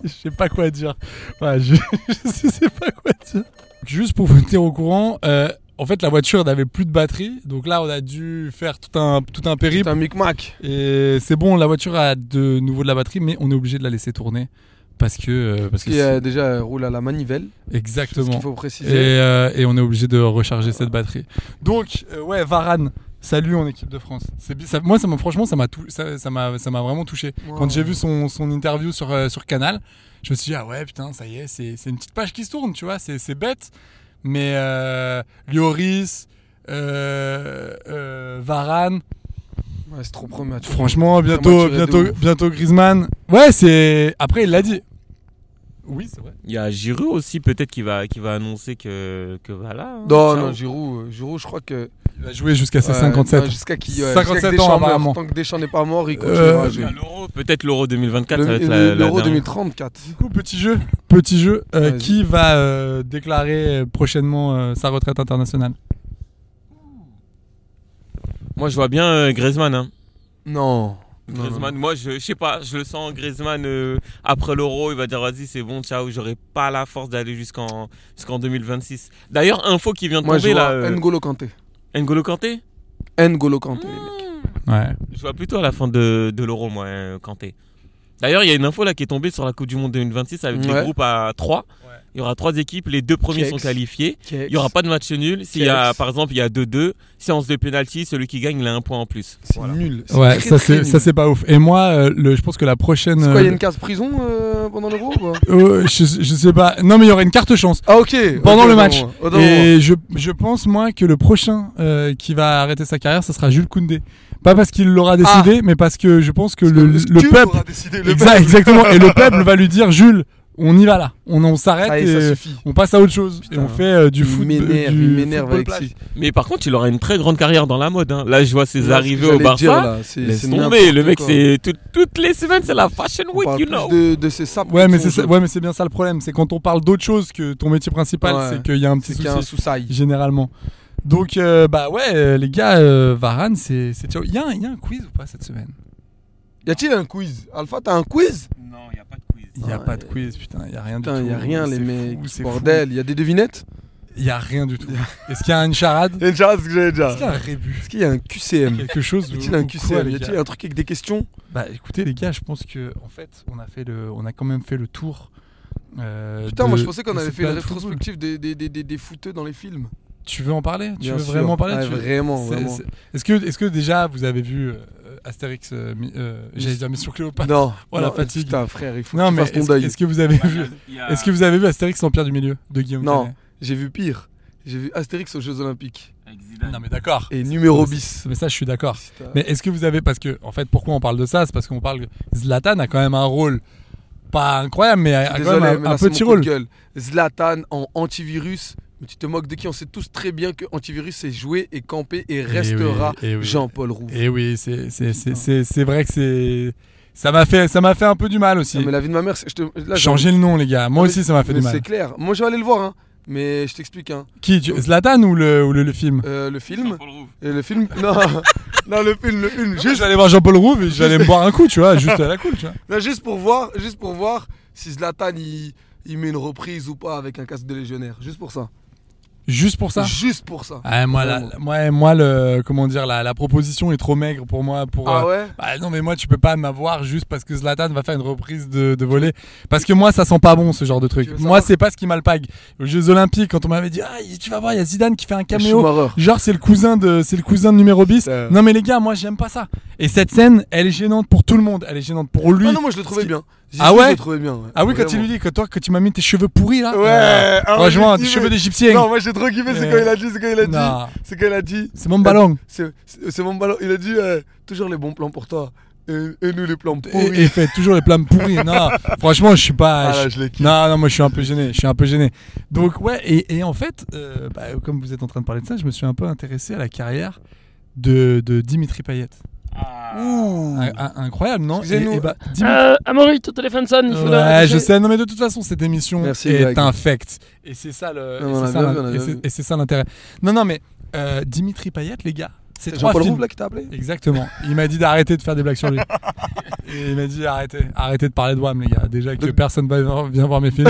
[SPEAKER 8] je sais pas quoi dire. Voilà, je, je sais pas quoi dire. Juste pour vous tenir au courant, euh, en fait, la voiture n'avait plus de batterie. Donc là, on a dû faire tout un, tout un
[SPEAKER 9] C'est
[SPEAKER 8] périple.
[SPEAKER 9] un micmac.
[SPEAKER 8] Et c'est bon, la voiture a de nouveau de la batterie, mais on est obligé de la laisser tourner. Parce que. euh, parce que
[SPEAKER 9] Qui euh, déjà euh, roule à la manivelle.
[SPEAKER 8] c'est-
[SPEAKER 9] C'est ce qu'il
[SPEAKER 8] exactement.
[SPEAKER 9] faut
[SPEAKER 8] Et,
[SPEAKER 9] préciser.
[SPEAKER 8] euh, et on est obligé de recharger cette batterie. Donc, euh, ouais, Varane, salut en équipe de France. C'est bi- ça- moi, ça m'a- franchement, ça m'a tou- ça, ça m'a ça m'a vraiment touché.
[SPEAKER 9] Wow.
[SPEAKER 8] Quand j'ai vu son, son interview sur, euh, sur Canal, je me suis dit, ah ouais, putain, ça y est, c'est c'est une petite page qui se tourne, tu vois, c'est c'est bête. Mais euh, Lloris, euh, euh, Varane,
[SPEAKER 9] Ouais, c'est trop pro match.
[SPEAKER 8] franchement,
[SPEAKER 9] Vraiment
[SPEAKER 8] bientôt,
[SPEAKER 9] tiré de
[SPEAKER 8] bientôt,
[SPEAKER 9] ouf.
[SPEAKER 8] bientôt Griezmann. Ouais, c'est. Après, il l'a dit. Oui, c'est vrai.
[SPEAKER 2] Il y a Giroud aussi peut-être qui va qui va annoncer que que voilà. hein.
[SPEAKER 9] Non,
[SPEAKER 2] Ciao.
[SPEAKER 9] non, Giroud, euh, Giroud, je crois que.
[SPEAKER 8] Il va jouer jusqu'à ses
[SPEAKER 9] Ouais,
[SPEAKER 8] 57.
[SPEAKER 9] non, Jusqu'à qui
[SPEAKER 8] 57 ans, apparemment.
[SPEAKER 9] Tant que Deschamps n'est pas mort, il continuera à
[SPEAKER 8] Euh,
[SPEAKER 9] jouer.
[SPEAKER 2] À l'Euro, peut-être l'Euro 2024 ça va être la,
[SPEAKER 9] Le-
[SPEAKER 2] la
[SPEAKER 9] L'Euro
[SPEAKER 2] dernière.
[SPEAKER 9] 2034.
[SPEAKER 8] Du coup, petit jeu. Petit jeu. euh,
[SPEAKER 9] Vas-y.
[SPEAKER 8] qui va euh, déclarer euh, prochainement euh, sa retraite internationale
[SPEAKER 2] Moi je vois bien euh, Griezmann hein.
[SPEAKER 9] Non. Non,
[SPEAKER 2] Griezmann, moi je, je sais pas, je le sens Griezmann euh, après l'Euro, il va dire vas-y c'est bon, ciao, j'aurai pas la force d'aller jusqu'en jusqu'en 2026. D'ailleurs, info qui vient de
[SPEAKER 9] Moi, je
[SPEAKER 2] tomber
[SPEAKER 9] vois
[SPEAKER 2] là, euh,
[SPEAKER 9] N'Golo Kanté.
[SPEAKER 2] N'Golo Kanté.
[SPEAKER 9] N'Golo Kanté, les mecs.
[SPEAKER 8] Ouais.
[SPEAKER 2] Je vois plutôt à la fin de, de l'Euro moi euh, Kanté. D'ailleurs, il y a une info là qui est tombée sur la Coupe du monde 2026 avec des
[SPEAKER 9] Ouais.
[SPEAKER 2] groupes à 3.
[SPEAKER 8] Ouais.
[SPEAKER 2] Il y aura trois équipes, les deux premiers
[SPEAKER 9] Kex.
[SPEAKER 2] sont qualifiés.
[SPEAKER 9] Kex.
[SPEAKER 2] Il n'y aura pas de match nul. S'il y a,
[SPEAKER 9] Kex.
[SPEAKER 2] par exemple, il y a 2-2, séance de penalty, celui qui gagne, il a un point en plus.
[SPEAKER 9] C'est
[SPEAKER 2] Voilà.
[SPEAKER 9] nul. C'est
[SPEAKER 8] Ouais,
[SPEAKER 9] très,
[SPEAKER 8] ça
[SPEAKER 9] très
[SPEAKER 8] c'est
[SPEAKER 9] nul.
[SPEAKER 8] ça c'est pas ouf. Et moi, euh, le, je pense que la prochaine,
[SPEAKER 9] C'est quoi, il y a
[SPEAKER 8] euh,
[SPEAKER 9] une case prison euh, pendant l'Euro ou quoi
[SPEAKER 8] euh, je, je sais pas. Non, mais il y aura une carte chance
[SPEAKER 9] Ah, ok.
[SPEAKER 8] pendant
[SPEAKER 9] Ok,
[SPEAKER 8] le match.
[SPEAKER 9] autant pour moi, autant pour moi.
[SPEAKER 8] Et je, je pense moi que le prochain euh, qui va arrêter sa carrière, ce sera Jules Koundé. Pas parce qu'il l'aura décidé, mais Ah. parce que je pense que le,
[SPEAKER 9] Parce que
[SPEAKER 8] le
[SPEAKER 9] Cube
[SPEAKER 8] peuple,
[SPEAKER 9] aura décidé, le
[SPEAKER 8] Exact- exactement, et le peuple va lui dire Jules, on y va là, on, on s'arrête
[SPEAKER 9] Ça y
[SPEAKER 8] et
[SPEAKER 9] est, ça suffit.
[SPEAKER 8] on passe à autre chose et
[SPEAKER 9] Putain.
[SPEAKER 8] on fait euh, du
[SPEAKER 9] Il
[SPEAKER 8] foot.
[SPEAKER 9] m'énerve,
[SPEAKER 8] du
[SPEAKER 9] il m'énerve
[SPEAKER 8] football
[SPEAKER 9] avec
[SPEAKER 8] plage.
[SPEAKER 9] ses
[SPEAKER 2] Mais par contre, il aura une très grande carrière dans la mode. hein. Là, je vois ses arrivées au Barça. Laisse tomber,
[SPEAKER 9] tombé
[SPEAKER 2] le mec, c'est tout- toutes les semaines, c'est la Fashion Week, you know.
[SPEAKER 9] De, de ses sapes.
[SPEAKER 8] Ouais,
[SPEAKER 9] que
[SPEAKER 8] mais
[SPEAKER 9] de son
[SPEAKER 8] c'est ça-
[SPEAKER 9] jeu.
[SPEAKER 8] ouais, mais c'est bien ça le problème, c'est quand on parle d'autre chose que ton métier principal,
[SPEAKER 9] Ouais.
[SPEAKER 8] c'est qu'il y a un
[SPEAKER 9] C'est
[SPEAKER 8] petit
[SPEAKER 9] qu'il y a un
[SPEAKER 8] souci.
[SPEAKER 9] sous-saille.
[SPEAKER 8] généralement. Donc, euh, bah ouais, euh, les gars, euh, Varane, c'est. c'est ciao. Il y, a un- il y a un quiz ou pas cette semaine
[SPEAKER 9] Y a-t-il un quiz Alpha, t'as un quiz
[SPEAKER 2] Non, il n'y a pas de quiz.
[SPEAKER 8] Il n'y a
[SPEAKER 9] Ouais.
[SPEAKER 8] pas de quiz, putain, il n'y a rien
[SPEAKER 9] Putain,
[SPEAKER 8] du tout.
[SPEAKER 9] y a rien, les
[SPEAKER 8] C'est
[SPEAKER 9] mecs.
[SPEAKER 8] fou, c'est
[SPEAKER 9] Bordel, y a des devinettes
[SPEAKER 8] fou. Il n'y a rien du tout. Est-ce qu'il y a une charade
[SPEAKER 9] Y a déjà ce que j'avais
[SPEAKER 8] Est-ce qu'il y a un rébut
[SPEAKER 9] Est-ce qu'il y a un QCM
[SPEAKER 8] Quelque chose
[SPEAKER 9] Y
[SPEAKER 8] ou-
[SPEAKER 9] a-t-il un
[SPEAKER 8] ou quoi,
[SPEAKER 9] QCM
[SPEAKER 8] les
[SPEAKER 9] Y a-t-il
[SPEAKER 8] gars
[SPEAKER 9] un truc avec des questions
[SPEAKER 8] Bah écoutez, les gars, je pense que, en fait, on a, fait le... on a quand même fait le tour. euh,
[SPEAKER 9] Putain,
[SPEAKER 8] de-
[SPEAKER 9] moi je pensais qu'on
[SPEAKER 8] de
[SPEAKER 9] avait
[SPEAKER 8] cette
[SPEAKER 9] fait le
[SPEAKER 8] période football.
[SPEAKER 9] rétrospective des, des, des, des, des footeux dans les films.
[SPEAKER 8] Tu veux en parler Tu
[SPEAKER 9] Bien
[SPEAKER 8] veux
[SPEAKER 9] sûr.
[SPEAKER 8] vraiment parler
[SPEAKER 9] Ouais,
[SPEAKER 8] Tu veux-
[SPEAKER 9] Vraiment,
[SPEAKER 8] C'est-
[SPEAKER 9] vraiment.
[SPEAKER 8] c'est- Est-ce que, est que déjà vous avez vu euh, Astérix, euh, mi- euh, j'allais dire Mission Cléopâtre
[SPEAKER 9] Non,
[SPEAKER 8] Oh, la
[SPEAKER 9] non,
[SPEAKER 8] fatigue.
[SPEAKER 9] Putain, frère, il faut que
[SPEAKER 8] Non,
[SPEAKER 9] tu
[SPEAKER 8] mais
[SPEAKER 9] fasses ton
[SPEAKER 8] est-ce
[SPEAKER 9] deuil.
[SPEAKER 8] est-ce que vous avez vu Est-ce que vous avez vu Astérix l'Empire du Milieu de Guillaume
[SPEAKER 9] Non.
[SPEAKER 8] Canet
[SPEAKER 9] J'ai vu pire. J'ai vu Astérix aux Jeux Olympiques.
[SPEAKER 8] Non, mais d'accord.
[SPEAKER 9] Et numéro
[SPEAKER 8] c'est-
[SPEAKER 9] 10.
[SPEAKER 8] Mais ça, je suis d'accord.
[SPEAKER 9] Putain.
[SPEAKER 8] Mais est-ce que vous avez parce que en fait, pourquoi on parle de ça C'est parce qu'on parle Zlatan a quand même un rôle pas incroyable, mais a, a ah, quand
[SPEAKER 9] Désolé,
[SPEAKER 8] même
[SPEAKER 9] mais
[SPEAKER 8] un,
[SPEAKER 9] là,
[SPEAKER 8] un
[SPEAKER 9] c'est mon
[SPEAKER 8] petit
[SPEAKER 9] coup de
[SPEAKER 8] rôle.
[SPEAKER 9] gueule. Zlatan en antivirus. Mais tu te moques de qui On sait tous très bien que antivirus c'est jouer et camper et restera
[SPEAKER 8] Eh oui, Eh et oui.
[SPEAKER 9] Jean-Paul Roux.
[SPEAKER 8] Et oui, c'est c'est- c'est- c'est- c'est vrai que c'est ça m'a fait ça m'a fait un peu du mal aussi.
[SPEAKER 9] Non, mais la vie de ma mère, c'est- je te- là, j'ai-
[SPEAKER 8] Changer le nom, les gars. Moi
[SPEAKER 9] mais-
[SPEAKER 8] aussi, ça m'a fait
[SPEAKER 9] mais
[SPEAKER 8] du mal.
[SPEAKER 9] C'est clair. Moi, je vais aller le voir, hein. Mais je t'explique, hein.
[SPEAKER 8] Qui tu- Zlatan ou le ou le, le film
[SPEAKER 9] Euh, le film, et le film, non, non, le film, le film,
[SPEAKER 8] Juste, je
[SPEAKER 9] juste,
[SPEAKER 8] vais aller voir Jean-Paul Rouve et je vais aller me boire un coup, tu vois, juste à la cool, tu vois.
[SPEAKER 9] non, juste pour voir, juste pour voir si Zlatan il, il met une reprise ou pas avec un casque de légionnaire, juste pour ça,
[SPEAKER 8] Juste pour ça.
[SPEAKER 9] juste pour ça.
[SPEAKER 8] Ouais, moi, la,
[SPEAKER 9] Vraiment.
[SPEAKER 8] la- ouais, moi, le, comment dire, la, la proposition est trop maigre pour moi. Pour,
[SPEAKER 9] Ah
[SPEAKER 8] euh,
[SPEAKER 9] ouais
[SPEAKER 8] bah non, mais moi, tu peux pas m'avoir juste parce que Zlatan va faire une reprise de, de volet. Parce que moi, ça sent pas bon, ce genre de truc.
[SPEAKER 9] Tu veux
[SPEAKER 8] Moi,
[SPEAKER 9] savoir
[SPEAKER 8] c'est pas ce qui m'alpague. Aux Jeux Olympiques, quand on m'avait dit, ah, tu vas voir, il y a Zidane qui fait un caméo.
[SPEAKER 9] Schumacher.
[SPEAKER 8] Genre, c'est le cousin de, c'est le cousin de numéro 10.
[SPEAKER 9] Putain.
[SPEAKER 8] Non, mais les gars, moi, j'aime pas ça. Et cette scène, elle est gênante pour tout le monde. Elle est gênante pour lui.
[SPEAKER 9] Ah non, moi je le trouvais
[SPEAKER 8] qui-
[SPEAKER 9] bien. Zizou,
[SPEAKER 8] Ah
[SPEAKER 9] Je
[SPEAKER 8] ouais
[SPEAKER 9] le trouvais bien.
[SPEAKER 8] Ah oui, quand il
[SPEAKER 9] Vraiment.
[SPEAKER 8] lui dit que toi, que tu m'as mis tes cheveux pourris, là.
[SPEAKER 9] Ouais,
[SPEAKER 8] euh,
[SPEAKER 9] ah ouais,
[SPEAKER 8] franchement,
[SPEAKER 9] j'ai
[SPEAKER 8] tes
[SPEAKER 9] kiffé.
[SPEAKER 8] cheveux d'égyptien.
[SPEAKER 9] Non, moi j'ai trop kiffé, c'est
[SPEAKER 8] Euh,
[SPEAKER 9] quand il a dit, c'est quand il a dit,
[SPEAKER 8] Non,
[SPEAKER 9] c'est quand il a dit,
[SPEAKER 8] c'est mon ballon.
[SPEAKER 9] c'est c'est- c'est mon ballon, il a dit euh, toujours les bons plans pour toi et, et nous les plans pourris.
[SPEAKER 8] et, et fait toujours les plans pourris. Non, franchement, je suis pas.
[SPEAKER 9] Ah là,
[SPEAKER 8] je-
[SPEAKER 9] je l'ai kiffé.
[SPEAKER 8] Non, non, moi je suis un peu gêné. Je suis un peu gêné. Donc ouais, et, et en fait, euh, bah, comme vous êtes en train de parler de ça, je me suis un peu intéressé à la carrière de, de Dimitri Payet. Un- un- incroyable, non Et-
[SPEAKER 9] Excusez-nous.
[SPEAKER 8] et bah, Dimitri-
[SPEAKER 10] Euh, Amaury, ton téléphone sonne, il faut le
[SPEAKER 8] Ouais,
[SPEAKER 10] raccrocher.
[SPEAKER 8] je sais. Non, mais de toute façon, cette émission
[SPEAKER 9] Merci,
[SPEAKER 8] est
[SPEAKER 9] Greg.
[SPEAKER 8] infecte. Et c'est ça le.
[SPEAKER 9] Non,
[SPEAKER 8] et
[SPEAKER 9] on
[SPEAKER 8] c'est
[SPEAKER 9] a
[SPEAKER 8] ça
[SPEAKER 9] bien
[SPEAKER 8] l'in-
[SPEAKER 9] vu, on a
[SPEAKER 8] et
[SPEAKER 9] bien
[SPEAKER 8] c'est-
[SPEAKER 9] vu.
[SPEAKER 8] et c'est ça l'intérêt. Non, non, mais euh, Dimitri Payet, les gars, C'est trois
[SPEAKER 9] Jean-Paul
[SPEAKER 8] films.
[SPEAKER 9] Rouve là qui t'a appelé
[SPEAKER 8] Exactement. Il m'a dit d'arrêter de faire des blagues sur lui. Et il m'a dit arrêtez, arrêtez de parler de WAM les gars. Déjà que personne va vient voir mes films.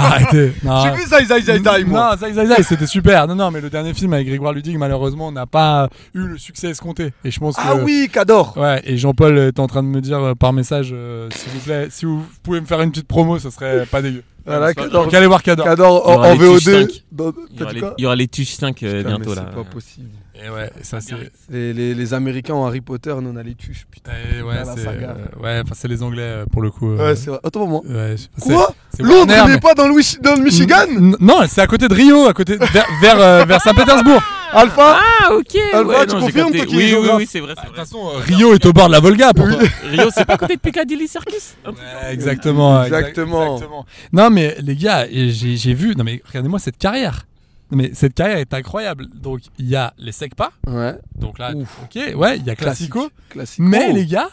[SPEAKER 8] arrêtez. Non.
[SPEAKER 11] J'ai vu Zai Zai Zai Zai, moi.
[SPEAKER 8] Ah. Non, Zai Zai Zai, c'était super. Non, non, mais le dernier film avec Grégoire Ludig, malheureusement, n'a pas eu le succès escompté. Et je pense que.
[SPEAKER 9] Ah oui, qu'adore
[SPEAKER 8] Ouais, et Jean-Paul est en train de me dire euh, par message, euh, s'il vous plaît, si vous pouvez me faire une petite promo, ça serait pas dégueu.
[SPEAKER 9] Voilà,
[SPEAKER 8] Donc,
[SPEAKER 9] Cador.
[SPEAKER 8] allez voir Cador.
[SPEAKER 9] Cador
[SPEAKER 2] Il y
[SPEAKER 9] en,
[SPEAKER 2] aura
[SPEAKER 9] en
[SPEAKER 2] les touches
[SPEAKER 9] VOD.
[SPEAKER 2] cinq.
[SPEAKER 9] dans-
[SPEAKER 2] Il y
[SPEAKER 9] t'as
[SPEAKER 2] aura
[SPEAKER 9] dit
[SPEAKER 2] les-
[SPEAKER 9] quoi
[SPEAKER 2] il y aura les Tuches 5 euh,
[SPEAKER 9] Putain, mais
[SPEAKER 2] bientôt là.
[SPEAKER 9] C'est pas possible.
[SPEAKER 8] Et ouais, ça c'est.
[SPEAKER 9] Les, les, les Américains en Harry Potter, nous on a les tuches, putain.
[SPEAKER 8] Eh Ouais,
[SPEAKER 9] Ah, la
[SPEAKER 8] c'est.
[SPEAKER 9] saga.
[SPEAKER 8] euh, ouais, enfin, c'est les Anglais euh, pour le coup. euh,
[SPEAKER 9] Ouais, c'est vrai. Attends, moi.
[SPEAKER 8] ouais, je- c'est-
[SPEAKER 9] Quoi
[SPEAKER 8] c'est
[SPEAKER 9] Londres
[SPEAKER 8] Warner,
[SPEAKER 9] n'est
[SPEAKER 8] mais-
[SPEAKER 9] pas dans le, Wish- dans le Michigan
[SPEAKER 8] N- Non, c'est à côté de Rio, à côté vers vers, euh, vers Saint-Pétersbourg.
[SPEAKER 9] Alpha
[SPEAKER 6] Ah, ok.
[SPEAKER 9] Alpha,
[SPEAKER 2] Ouais,
[SPEAKER 9] tu
[SPEAKER 2] non, j'ai
[SPEAKER 9] confirmes
[SPEAKER 2] capté.
[SPEAKER 9] toi qui es
[SPEAKER 2] Oui, oui,
[SPEAKER 9] géographe
[SPEAKER 2] oui, c'est vrai. c'est vrai.
[SPEAKER 8] façon, euh, Rio est au bord de la Volga pour toi.
[SPEAKER 2] Rio, c'est pas à côté de Piccadilly Circus Un truc
[SPEAKER 8] Ouais, exactement, exact-
[SPEAKER 9] Exactement.
[SPEAKER 8] exactement. Non mais les gars, et j'ai j'ai vu, non mais regardez-moi cette carrière. Non, mais cette carrière est incroyable. Donc il y a les Secpa,
[SPEAKER 9] Ouais.
[SPEAKER 8] donc là,
[SPEAKER 9] Ouf.
[SPEAKER 8] ok, ouais, il y a Classico.
[SPEAKER 9] Ah, Classico.
[SPEAKER 8] Mais les gars,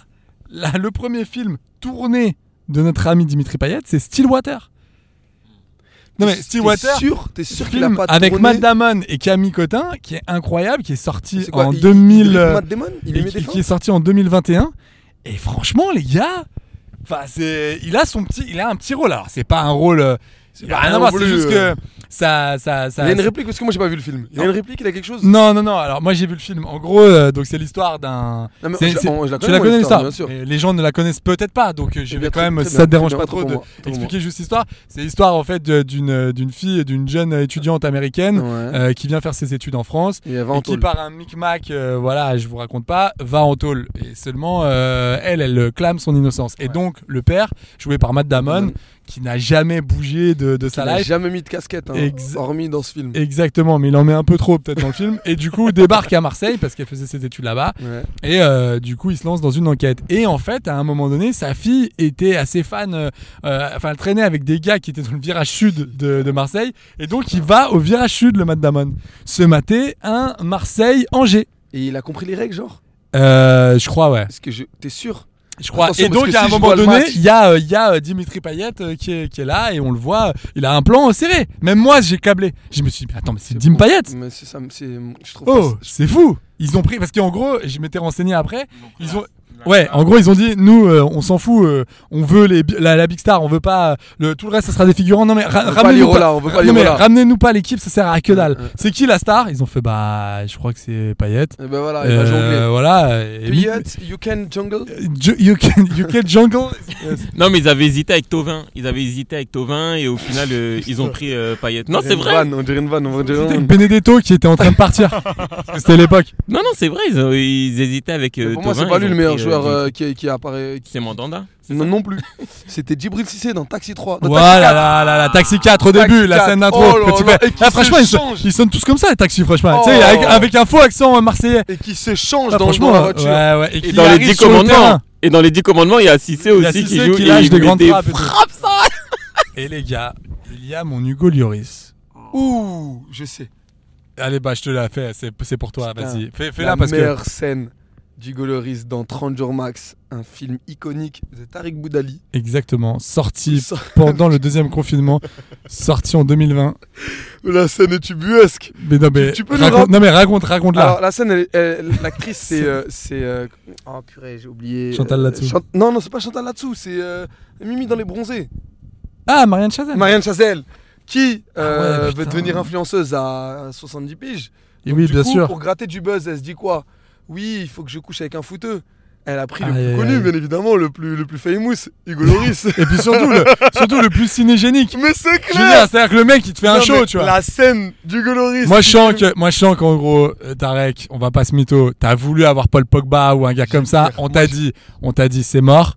[SPEAKER 8] là, le premier film tourné de notre ami Dimitri Payet, c'est Stillwater. Non mais
[SPEAKER 9] T'es-
[SPEAKER 8] Stillwater,
[SPEAKER 9] T'es sûr, t'es sûr qu'il a
[SPEAKER 8] film
[SPEAKER 9] pas
[SPEAKER 8] avec
[SPEAKER 9] tourné
[SPEAKER 8] Matt Damon et Camille Cotin, qui est incroyable, qui est sorti
[SPEAKER 9] C'est quoi,
[SPEAKER 8] en
[SPEAKER 9] il-
[SPEAKER 8] 2000.
[SPEAKER 9] Il,
[SPEAKER 8] euh,
[SPEAKER 9] Matt Damon Il lui
[SPEAKER 8] et
[SPEAKER 9] met
[SPEAKER 8] qui,
[SPEAKER 9] des
[SPEAKER 8] qui est
[SPEAKER 9] fins
[SPEAKER 8] sorti en 2021. Et franchement, les gars, enfin, c'est, il a son petit, il a un petit rôle. Alors, c'est pas un rôle, euh, il a
[SPEAKER 9] pas
[SPEAKER 8] rien à
[SPEAKER 9] non
[SPEAKER 8] voir, c'est
[SPEAKER 9] plus,
[SPEAKER 8] juste
[SPEAKER 9] euh,
[SPEAKER 8] que ça, ça,
[SPEAKER 9] Il
[SPEAKER 8] ça.
[SPEAKER 9] y a une
[SPEAKER 8] ça-
[SPEAKER 9] réplique parce que moi j'ai pas vu le film. Il y a
[SPEAKER 8] Non.
[SPEAKER 9] une réplique, il a quelque chose
[SPEAKER 8] Non, non, non. Alors, moi, j'ai vu le film. En gros, euh, donc c'est l'histoire d'un.
[SPEAKER 9] Non, mais
[SPEAKER 8] c'est-
[SPEAKER 9] je-
[SPEAKER 8] c'est-
[SPEAKER 9] on- je la
[SPEAKER 8] tu
[SPEAKER 9] connais,
[SPEAKER 8] la
[SPEAKER 9] moi,
[SPEAKER 8] connais
[SPEAKER 9] l'histoire,
[SPEAKER 8] l'histoire.
[SPEAKER 9] bien sûr.
[SPEAKER 8] Mais Les gens ne la connaissent peut-être pas, donc euh,
[SPEAKER 9] Eh
[SPEAKER 8] je
[SPEAKER 9] bien,
[SPEAKER 8] vais quand
[SPEAKER 9] très-
[SPEAKER 8] même.
[SPEAKER 9] très
[SPEAKER 8] Ça
[SPEAKER 9] bien,
[SPEAKER 8] te dérange
[SPEAKER 9] très
[SPEAKER 8] pas
[SPEAKER 9] bien,
[SPEAKER 8] trop
[SPEAKER 9] pour
[SPEAKER 8] de
[SPEAKER 9] moi, pour
[SPEAKER 8] expliquer juste l'histoire. C'est l'histoire en fait de- d'une euh, d'une fille, et d'une jeune étudiante américaine
[SPEAKER 9] moi. Ouais.
[SPEAKER 8] euh, qui vient faire ses études en France.
[SPEAKER 9] Il y avait
[SPEAKER 8] Et
[SPEAKER 9] un
[SPEAKER 8] qui par un micmac, euh, voilà, je vous raconte pas, va en tôle. Et seulement, euh, elle, elle euh, clame son innocence. Et donc, le père, joué par Matt Damon,
[SPEAKER 9] Damon.
[SPEAKER 8] qui n'a jamais bougé de, de
[SPEAKER 9] Il
[SPEAKER 8] sa
[SPEAKER 9] n'a
[SPEAKER 8] life.
[SPEAKER 9] jamais mis de casquette, hein,
[SPEAKER 8] Ex-
[SPEAKER 9] hormis dans ce film.
[SPEAKER 8] Exactement, mais il en met un peu trop peut-être dans le film. Et du coup, débarque à Marseille parce qu'elle faisait ses études là-bas.
[SPEAKER 9] Ouais.
[SPEAKER 8] Et euh, du coup, il se lance dans une enquête. Et en fait, à un moment donné, sa fille était assez fan. euh, euh, Enfin, elle traînait avec des gars qui étaient dans le virage sud de, de Marseille. Et donc, il va au virage sud, le Matt Damon, se mater un Marseille-Angers.
[SPEAKER 9] Et il a compris les règles, genre
[SPEAKER 8] Euh, je crois, ouais.
[SPEAKER 9] Parce que je... t'es sûr
[SPEAKER 8] Je crois.
[SPEAKER 9] Attention,
[SPEAKER 8] et
[SPEAKER 9] parce
[SPEAKER 8] donc,
[SPEAKER 9] que
[SPEAKER 8] à
[SPEAKER 9] si
[SPEAKER 8] un
[SPEAKER 9] je
[SPEAKER 8] moment
[SPEAKER 9] vois le
[SPEAKER 8] donné,
[SPEAKER 9] match-
[SPEAKER 8] il y a, euh, il y a euh, Dimitri Payet euh, qui, est, qui est là et on le voit. euh, Il a un plan serré. Même moi, j'ai câblé. Je me suis dit, mais attends, mais c'est Dim
[SPEAKER 9] bon.
[SPEAKER 8] Payet
[SPEAKER 9] Mais c'est ça, c'est. Je trouve.
[SPEAKER 8] Oh,
[SPEAKER 9] pas-
[SPEAKER 8] c'est fou Ils ont pris. Parce qu'en gros, je m'étais renseigné après. Ils ont. Ouais, en gros, ils ont dit, nous, euh, on s'en fout, euh, on veut les, bi- la, la Big Star, on veut pas. euh, le, tout le reste, ça sera des figurants. Non, mais ra-
[SPEAKER 9] On veut pas les
[SPEAKER 8] ramenez-nous pas-
[SPEAKER 9] rollers, on veut pas les
[SPEAKER 8] non, mais
[SPEAKER 9] rollers.
[SPEAKER 8] ramenez-nous pas l'équipe, ça sert à que dalle.
[SPEAKER 9] Ouais, ouais.
[SPEAKER 8] C'est qui la star Ils ont fait, bah, je crois que c'est Payet.
[SPEAKER 9] Et ben voilà, il va jongler.
[SPEAKER 8] voilà. Euh, et-
[SPEAKER 9] Payette, you can jungle
[SPEAKER 8] Ju- You can, you can jungle.
[SPEAKER 2] Non, mais ils avaient hésité avec Tovin. Ils avaient hésité avec Tovin et au final, euh, ils ont pris euh, Payet. Non, c'est
[SPEAKER 9] On dirait
[SPEAKER 2] vrai.
[SPEAKER 9] une vanne, On dirait une vanne, on dirait
[SPEAKER 8] C'était
[SPEAKER 9] une
[SPEAKER 8] avec
[SPEAKER 9] vanne.
[SPEAKER 8] Benedetto qui était en train de partir. Parce que C'était l'époque.
[SPEAKER 2] Non, non, c'est vrai. Ils, ont- ils hésitaient avec euh,
[SPEAKER 9] Pour moi,
[SPEAKER 2] Thauvin,
[SPEAKER 9] c'est pas
[SPEAKER 2] ils
[SPEAKER 9] lui
[SPEAKER 2] ont
[SPEAKER 9] le meilleur
[SPEAKER 2] pris, euh,
[SPEAKER 9] joueur
[SPEAKER 2] Jim-
[SPEAKER 9] euh, qui qui apparaît. qui-
[SPEAKER 2] C'est Mandanda. c'est
[SPEAKER 9] Non,
[SPEAKER 2] ça
[SPEAKER 9] non plus. C'était Djibril Cissé dans Taxi 3. dans Bah, Taxi
[SPEAKER 8] Voilà,
[SPEAKER 9] 4.
[SPEAKER 8] là, là, là, Taxi 4 au
[SPEAKER 9] Taxi
[SPEAKER 8] début, la
[SPEAKER 9] 4.
[SPEAKER 8] scène d'intro.
[SPEAKER 9] Oh là
[SPEAKER 8] Petit
[SPEAKER 9] là,
[SPEAKER 8] peu.
[SPEAKER 9] et qui
[SPEAKER 8] Ah, franchement,
[SPEAKER 9] se
[SPEAKER 8] ils, sont,
[SPEAKER 9] change.
[SPEAKER 8] ils sonnent tous comme ça, les taxis, franchement. Tu sais,
[SPEAKER 9] Oh.
[SPEAKER 8] avec, avec un faux accent euh, marseillais.
[SPEAKER 9] Et qui s'échange
[SPEAKER 8] Ah,
[SPEAKER 9] dans
[SPEAKER 8] franchement,
[SPEAKER 9] dans la voiture.
[SPEAKER 8] ouais, ouais. Et,
[SPEAKER 2] Et
[SPEAKER 8] qui
[SPEAKER 2] dans les
[SPEAKER 8] arrive
[SPEAKER 2] 10
[SPEAKER 8] sur le
[SPEAKER 2] commandements.
[SPEAKER 8] terrain.
[SPEAKER 2] Et dans les 10 commandements, il y a Cissé
[SPEAKER 8] Il y a
[SPEAKER 2] aussi
[SPEAKER 8] Cissé
[SPEAKER 2] qui joue.
[SPEAKER 8] qui
[SPEAKER 2] et
[SPEAKER 8] lâche
[SPEAKER 2] il
[SPEAKER 8] des
[SPEAKER 2] met
[SPEAKER 8] grandes
[SPEAKER 2] des
[SPEAKER 8] frappes et tout.
[SPEAKER 2] frappes.
[SPEAKER 8] Et les gars, il y a mon Hugo Lloris.
[SPEAKER 9] Ouh, je sais.
[SPEAKER 8] Allez, bah, je te la fais, c'est c'est pour toi,
[SPEAKER 9] Putain.
[SPEAKER 8] vas-y. Fais- Fais-la
[SPEAKER 9] La
[SPEAKER 8] parce que.
[SPEAKER 9] meilleure scène du Goloris dans 30 jours max, un film iconique de Tariq Boudali.
[SPEAKER 8] Exactement, sorti
[SPEAKER 9] Ça-
[SPEAKER 8] pendant le deuxième confinement, sorti en 2020.
[SPEAKER 9] La scène est tubuesque.
[SPEAKER 8] Mais non, mais.
[SPEAKER 9] Tu- tu peux le
[SPEAKER 8] raconte-
[SPEAKER 9] rap-
[SPEAKER 8] Non, mais raconte, raconte là.
[SPEAKER 9] Alors la scène, elle- elle- l'actrice c'est euh, c'est euh, oh purée j'ai oublié.
[SPEAKER 8] Chantal
[SPEAKER 9] Euh,
[SPEAKER 8] Latsou.
[SPEAKER 9] Chan- non non c'est pas Chantal Latsou, c'est euh, Mimi dans les bronzés.
[SPEAKER 8] Ah, Marianne Chazelle.
[SPEAKER 9] Marianne Chazelle qui euh,
[SPEAKER 8] Ah ouais,
[SPEAKER 9] veut
[SPEAKER 8] putain.
[SPEAKER 9] devenir influenceuse à 70 piges.
[SPEAKER 8] Et oui,
[SPEAKER 9] Du
[SPEAKER 8] bien
[SPEAKER 9] coup,
[SPEAKER 8] sûr.
[SPEAKER 9] Pour gratter du buzz, elle se dit quoi Oui, il faut que je couche avec un fouteux. Elle a pris le
[SPEAKER 8] Aïe,
[SPEAKER 9] plus
[SPEAKER 8] aïe,
[SPEAKER 9] connu,
[SPEAKER 8] aïe.
[SPEAKER 9] bien évidemment, le plus le plus famous, Hugo Loris.
[SPEAKER 8] Et puis surtout, le, surtout le plus cinégénique.
[SPEAKER 9] mais c'est
[SPEAKER 8] Je veux dire,
[SPEAKER 9] clair.
[SPEAKER 8] c'est-à-dire que le mec, il te fait un
[SPEAKER 9] Non,
[SPEAKER 8] show,
[SPEAKER 9] mais
[SPEAKER 8] tu vois.
[SPEAKER 9] La scène d'Hugo Loris.
[SPEAKER 8] Moi, je sens que, moi, je sens qu'en gros, euh, Tarek, on va pas se mytho. T'as voulu avoir Paul Pogba ou un gars comme ça. On t'a dit, on t'a dit, c'est mort.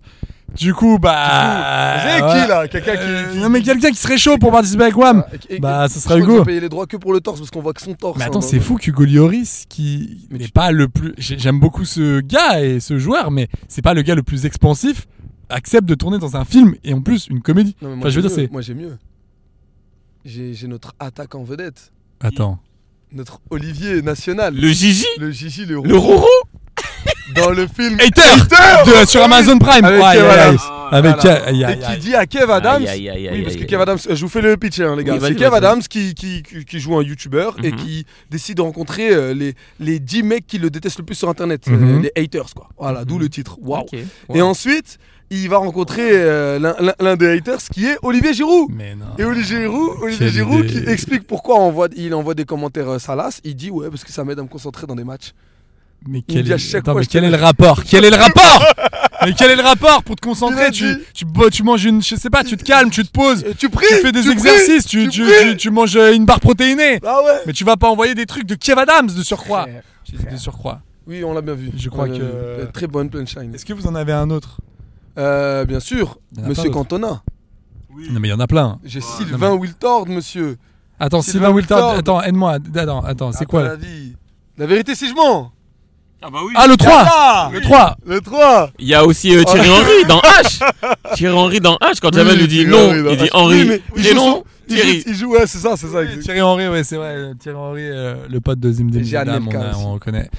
[SPEAKER 8] Du coup, bah.
[SPEAKER 9] Vous savez
[SPEAKER 8] voilà.
[SPEAKER 9] qui là Quelqu'un qui,
[SPEAKER 8] Euh,
[SPEAKER 9] qui-
[SPEAKER 8] Non, mais quelqu'un qui serait chaud pour participer avec WAM.
[SPEAKER 9] Ah, et- et-
[SPEAKER 8] Bah,
[SPEAKER 9] je
[SPEAKER 8] ce
[SPEAKER 9] crois
[SPEAKER 8] sera
[SPEAKER 9] qu'ils
[SPEAKER 8] Hugo.
[SPEAKER 9] ont payé les droits que pour le torse parce qu'on voit que son torse.
[SPEAKER 8] Mais
[SPEAKER 9] hein,
[SPEAKER 8] attends,
[SPEAKER 9] dans-
[SPEAKER 8] c'est fou qu'Hugo Lloris, qui
[SPEAKER 9] Mais
[SPEAKER 8] n'est
[SPEAKER 9] tu-
[SPEAKER 8] pas le plus. j'ai- J'aime beaucoup ce gars et ce joueur, mais c'est pas le gars le plus expansif, accepte de tourner dans un film et en plus une comédie.
[SPEAKER 9] Non, mais moi,
[SPEAKER 8] Enfin, je veux
[SPEAKER 9] j'ai
[SPEAKER 8] dire,
[SPEAKER 9] mieux.
[SPEAKER 8] c'est.
[SPEAKER 9] Moi, j'ai mieux. J'ai j'ai notre attaque en vedette.
[SPEAKER 8] Attends.
[SPEAKER 9] Notre Olivier national.
[SPEAKER 2] Le Gigi
[SPEAKER 9] Le Gigi, le,
[SPEAKER 2] Le Roro
[SPEAKER 9] dans le film
[SPEAKER 8] Hater
[SPEAKER 9] Hater
[SPEAKER 8] de- sur Amazon Prime.
[SPEAKER 9] Avec
[SPEAKER 8] Ouais,
[SPEAKER 9] Kev
[SPEAKER 8] ouais,
[SPEAKER 9] Adams.
[SPEAKER 8] ouais. Avec
[SPEAKER 9] Voilà.
[SPEAKER 8] aïe, aïe,
[SPEAKER 9] Et qui
[SPEAKER 8] aïe.
[SPEAKER 9] dit à Kev Adams.
[SPEAKER 11] Aïe, aïe, aïe, aïe,
[SPEAKER 9] Oui, parce que
[SPEAKER 11] aïe,
[SPEAKER 9] Kev
[SPEAKER 11] aïe.
[SPEAKER 9] Adams, je vous fais le pitch, hein, les gars.
[SPEAKER 11] Oui,
[SPEAKER 9] C'est
[SPEAKER 11] vas-y,
[SPEAKER 9] Kev
[SPEAKER 11] vas-y. Mhm.
[SPEAKER 9] Adams qui, qui, qui- qui joue un youtubeur et qui décide de rencontrer euh, les, les 10 mecs qui le détestent le plus sur internet, euh,
[SPEAKER 8] Mhm.
[SPEAKER 9] les haters, quoi. Voilà, d'où le titre. Waouh.
[SPEAKER 11] Ok.
[SPEAKER 9] Et ensuite, il va rencontrer euh, l'un- l'un- l'un des haters qui est Olivier Giroud.
[SPEAKER 8] Mais non.
[SPEAKER 9] Et Olivier Giroud, Olivier
[SPEAKER 8] Quelle
[SPEAKER 9] Giroud qui
[SPEAKER 8] idée.
[SPEAKER 9] explique pourquoi on voit- il envoie des commentaires euh, salaces. Il dit ouais parce que ça m'aide à me concentrer dans des matchs.
[SPEAKER 8] Mais
[SPEAKER 9] Il me
[SPEAKER 8] quel,
[SPEAKER 9] dit à
[SPEAKER 8] est...
[SPEAKER 9] chaque
[SPEAKER 8] Attends,
[SPEAKER 9] fois,
[SPEAKER 8] mais
[SPEAKER 9] je te
[SPEAKER 8] quel est
[SPEAKER 9] le-
[SPEAKER 8] le rapport Quel est le rapport Mais quel est le rapport pour te
[SPEAKER 9] Il a
[SPEAKER 8] concentrer
[SPEAKER 9] dit-
[SPEAKER 8] tu, tu bois, tu manges une, je sais pas, tu te calmes, tu te poses,
[SPEAKER 9] Et Euh, tu pries.
[SPEAKER 8] tu fais des
[SPEAKER 9] pries,
[SPEAKER 8] exercices, tu, tu,
[SPEAKER 9] pries.
[SPEAKER 8] tu- tu manges euh, une barre protéinée.
[SPEAKER 9] Ah ouais.
[SPEAKER 8] Mais tu vas pas envoyer des trucs de Kev Adams de surcroît. J'ai dit de surcroît.
[SPEAKER 9] Oui, on l'a bien vu.
[SPEAKER 8] Je
[SPEAKER 9] On
[SPEAKER 8] crois
[SPEAKER 9] l'a
[SPEAKER 8] que-
[SPEAKER 9] bien vu. Euh, Très bonne punchline.
[SPEAKER 8] Est-ce que vous en avez un autre
[SPEAKER 9] Euh, bien sûr,
[SPEAKER 8] Il y en a
[SPEAKER 9] Monsieur
[SPEAKER 8] pas d'autres.
[SPEAKER 9] Cantona.
[SPEAKER 8] Non mais il y en a plein.
[SPEAKER 9] J'ai
[SPEAKER 8] Non,
[SPEAKER 9] Sylvain Wiltord, monsieur.
[SPEAKER 8] Attends,
[SPEAKER 9] Sylvain
[SPEAKER 8] Sylvain Wiltord,
[SPEAKER 9] Wiltord.
[SPEAKER 8] attends, aide-moi. Attends, attends, c'est quoi
[SPEAKER 9] la vie La vérité, si je mens.
[SPEAKER 2] Ah bah oui.
[SPEAKER 8] Ah le 3
[SPEAKER 9] Ah,
[SPEAKER 8] Le 3
[SPEAKER 9] Le 3
[SPEAKER 2] Il y a aussi euh, Thierry Henry dans H. Thierry Henry dans H. Quand Jamel lui dit non, il dit Henry. il dit non. Thierry.
[SPEAKER 9] Il joue, ouais, c'est ça, c'est ça. exact.
[SPEAKER 8] Thierry Henry, ouais, c'est vrai. euh, Thierry Henry, euh, le pote de Zimdim,
[SPEAKER 9] Et Jeanne
[SPEAKER 8] Zidane, on,
[SPEAKER 9] Elkann
[SPEAKER 8] a-
[SPEAKER 9] aussi.
[SPEAKER 8] on reconnaît.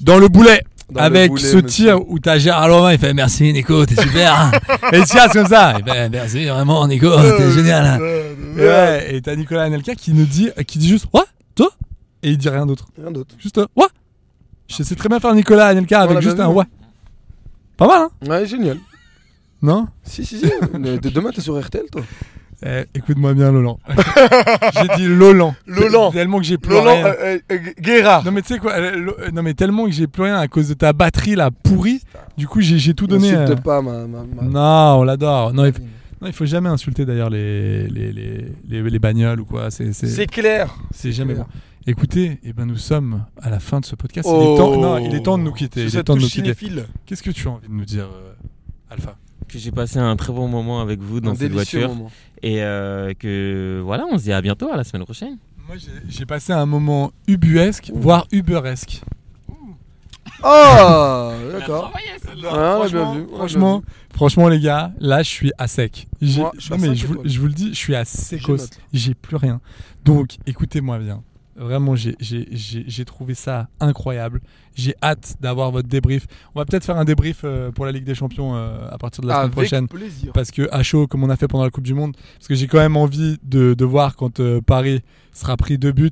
[SPEAKER 8] Dans le boulet,
[SPEAKER 9] Dans le
[SPEAKER 8] avec
[SPEAKER 9] boulet,
[SPEAKER 8] ce
[SPEAKER 9] monsieur.
[SPEAKER 8] tir où t'as Gérard Lorrain, il fait merci Nico, t'es super. hein. et il tire comme ça. Il fait merci vraiment Nico,
[SPEAKER 9] Euh,
[SPEAKER 8] t'es génial. hein. Et, ouais, et t'as Nicolas Anelka qui nous dit, qui dit juste, ouais, toi Et il dit rien d'autre.
[SPEAKER 9] Rien d'autre.
[SPEAKER 8] Juste, euh, ouais. Je sais très bien faire Nicolas Anelka
[SPEAKER 9] l'a
[SPEAKER 8] avec juste
[SPEAKER 9] bien
[SPEAKER 8] un
[SPEAKER 9] vu.
[SPEAKER 8] ouais. Pas mal, hein
[SPEAKER 9] Ouais, génial.
[SPEAKER 8] Non
[SPEAKER 9] Si, si, si. Mais de- Demain, t'es sur RTL, toi.
[SPEAKER 8] Eh, Écoute-moi bien, Lolan. j'ai dit Lolan.
[SPEAKER 9] Lolan.
[SPEAKER 8] Tellement que j'ai pleuré.
[SPEAKER 9] Lolan euh, euh, euh, Guérard.
[SPEAKER 8] Non mais tu sais quoi, euh, le- euh, non mais tellement que j'ai plus rien à cause de ta batterie là pourrie. Du coup j'ai j'ai tout donné.
[SPEAKER 9] N'insulte
[SPEAKER 8] euh.
[SPEAKER 9] pas ma. ma, ma-
[SPEAKER 8] Non, on l'adore. Non, il faut, non, il faut jamais insulter d'ailleurs les les, les, les les bagnoles ou quoi. C'est
[SPEAKER 9] C'est
[SPEAKER 8] c'est
[SPEAKER 9] clair.
[SPEAKER 8] c'est jamais
[SPEAKER 9] clair.
[SPEAKER 8] bon. Écoutez, eh ben nous sommes à la fin de ce podcast. Il,
[SPEAKER 9] Oh.
[SPEAKER 8] est temps, non, il est temps de nous quitter.
[SPEAKER 9] Sur
[SPEAKER 8] Il est
[SPEAKER 9] cette
[SPEAKER 8] temps de nous
[SPEAKER 9] touche
[SPEAKER 8] quitter.
[SPEAKER 9] cinéphile.
[SPEAKER 8] Qu'est-ce que tu as envie de nous dire, euh, Alpha
[SPEAKER 2] Que j'ai passé un très bon moment avec vous dans
[SPEAKER 9] Un
[SPEAKER 2] cette
[SPEAKER 9] délicieux
[SPEAKER 2] voiture.
[SPEAKER 9] moment.
[SPEAKER 2] Et euh, que voilà, on se dit à bientôt, à la semaine prochaine.
[SPEAKER 8] Moi j'ai passé un moment ubuesque, voire uberesque.
[SPEAKER 9] Ah, d'accord. Ouais, on l'a bien vu, on l'a bien
[SPEAKER 8] Franchement, franchement les gars, là je suis à sec. J'ai-
[SPEAKER 9] Moi, je suis
[SPEAKER 8] non,
[SPEAKER 9] à
[SPEAKER 8] mais
[SPEAKER 9] cinq
[SPEAKER 8] je vous,
[SPEAKER 9] étoiles.
[SPEAKER 8] je vous le dis, je suis à secos.
[SPEAKER 9] note.
[SPEAKER 8] J'ai plus rien. Donc écoutez-moi bien. Vraiment, j'ai- j'ai j'ai- j'ai trouvé ça incroyable. J'ai hâte d'avoir votre débrief. On va peut-être faire un débrief euh, pour la Ligue des Champions euh, à partir de la
[SPEAKER 9] Avec
[SPEAKER 8] semaine prochaine.
[SPEAKER 9] plaisir.
[SPEAKER 8] Parce que à chaud, comme on a fait pendant la Coupe du Monde, parce que j'ai quand même envie de, de voir quand euh, Paris sera pris deux buts.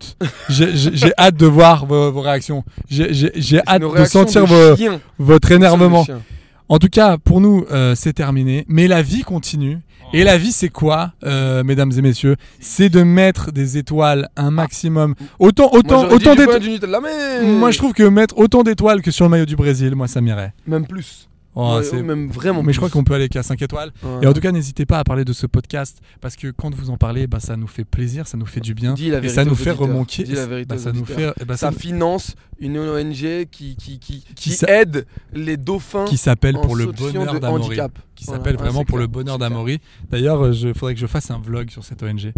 [SPEAKER 8] J'ai- J'ai j'ai hâte de voir vos, vos réactions. J'ai- J'ai j'ai hâte
[SPEAKER 9] Nos
[SPEAKER 8] de
[SPEAKER 9] réactions de
[SPEAKER 8] sentir vos-
[SPEAKER 9] chien.
[SPEAKER 8] votre énervement.
[SPEAKER 9] Chien.
[SPEAKER 8] En tout cas, pour nous, euh, c'est terminé. Mais la vie continue. Et la vie, c'est quoi, euh, mesdames et messieurs C'est de mettre des étoiles un maximum. Autant,
[SPEAKER 9] Moi,
[SPEAKER 8] autant,
[SPEAKER 9] j'aurais dit
[SPEAKER 8] autant
[SPEAKER 9] du pain,
[SPEAKER 8] d'étoiles.
[SPEAKER 9] du Nutella, mais-
[SPEAKER 8] Moi, je trouve que mettre autant d'étoiles que sur le maillot du Brésil, moi, ça m'irait.
[SPEAKER 9] Même plus.
[SPEAKER 8] Oh,
[SPEAKER 9] Ouais,
[SPEAKER 8] c'est-
[SPEAKER 9] même vraiment
[SPEAKER 8] mais je
[SPEAKER 9] plus.
[SPEAKER 8] crois qu'on peut aller qu'à 5 étoiles.
[SPEAKER 9] Ouais.
[SPEAKER 8] Et en tout cas, n'hésitez pas à parler de ce podcast parce que quand vous en parlez, bah, ça nous fait plaisir, ça nous fait du bien
[SPEAKER 9] Dis la
[SPEAKER 8] et
[SPEAKER 9] vérité
[SPEAKER 8] ça nous
[SPEAKER 9] aux
[SPEAKER 8] fait
[SPEAKER 9] auditeurs.
[SPEAKER 8] remonter.
[SPEAKER 9] Dis la vérité
[SPEAKER 8] bah,
[SPEAKER 9] aux
[SPEAKER 8] ça nous fait,
[SPEAKER 9] auditeurs.
[SPEAKER 8] eh bah,
[SPEAKER 9] ça
[SPEAKER 8] ça-
[SPEAKER 9] finance une ONG qui, qui, qui, qui
[SPEAKER 8] s'a-
[SPEAKER 9] aide les dauphins
[SPEAKER 8] qui s'appelle
[SPEAKER 9] en
[SPEAKER 8] pour le
[SPEAKER 9] situation
[SPEAKER 8] bonheur
[SPEAKER 9] de
[SPEAKER 8] d'Amaury.
[SPEAKER 9] handicap.
[SPEAKER 8] qui
[SPEAKER 9] Voilà,
[SPEAKER 8] s'appelle
[SPEAKER 9] ouais,
[SPEAKER 8] vraiment
[SPEAKER 9] c'est
[SPEAKER 8] pour
[SPEAKER 9] clair,
[SPEAKER 8] le bonheur
[SPEAKER 9] c'est clair.
[SPEAKER 8] d'Amaury. D'ailleurs, il faudrait que je fasse un vlog sur cette ONG.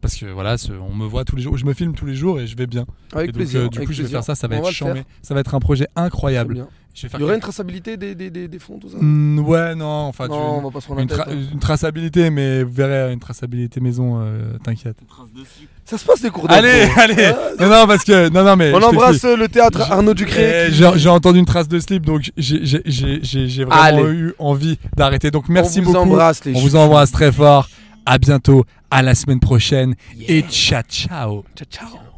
[SPEAKER 8] Parce que voilà, ce- on me voit tous les jours, je me filme tous les jours et je vais bien.
[SPEAKER 9] Avec
[SPEAKER 8] et donc,
[SPEAKER 9] plaisir.
[SPEAKER 8] euh, du coup,
[SPEAKER 9] avec
[SPEAKER 8] je vais
[SPEAKER 9] plaisir.
[SPEAKER 8] faire ça, ça va
[SPEAKER 9] On
[SPEAKER 8] être
[SPEAKER 9] le faire.
[SPEAKER 8] chambé. Ça va être un projet
[SPEAKER 9] Très
[SPEAKER 8] incroyable.
[SPEAKER 9] bien.
[SPEAKER 8] Je vais
[SPEAKER 9] Il
[SPEAKER 8] faire
[SPEAKER 9] y aura une
[SPEAKER 8] quelque-
[SPEAKER 9] traçabilité des, des, des, des fonds, tout ça
[SPEAKER 8] Hmm, ouais, non, enfin, tu-
[SPEAKER 9] Non, on va pas se
[SPEAKER 8] une,
[SPEAKER 9] prendre la tête.
[SPEAKER 8] tra-
[SPEAKER 9] hein.
[SPEAKER 8] une traçabilité, mais vous verrez, euh, une traçabilité maison, euh, t'inquiète.
[SPEAKER 9] Ça se passe des cours d'impro.
[SPEAKER 8] Allez, allez Non, non, parce que. Non, non, mais. je
[SPEAKER 9] On
[SPEAKER 8] t'explique.
[SPEAKER 9] embrasse le théâtre Arnaud Ducré.
[SPEAKER 8] Eh,
[SPEAKER 9] qui-
[SPEAKER 8] J'ai j'ai entendu une trace de slip, donc j'ai- j'ai j'ai- j'ai- j'ai vraiment
[SPEAKER 9] Allez.
[SPEAKER 8] eu envie d'arrêter. Donc merci
[SPEAKER 9] on vous
[SPEAKER 8] beaucoup.
[SPEAKER 9] embrasse, les
[SPEAKER 8] On
[SPEAKER 9] gens.
[SPEAKER 8] vous embrasse très fort. À bientôt, à la semaine prochaine et ciao ciao.
[SPEAKER 9] Ciao, ciao.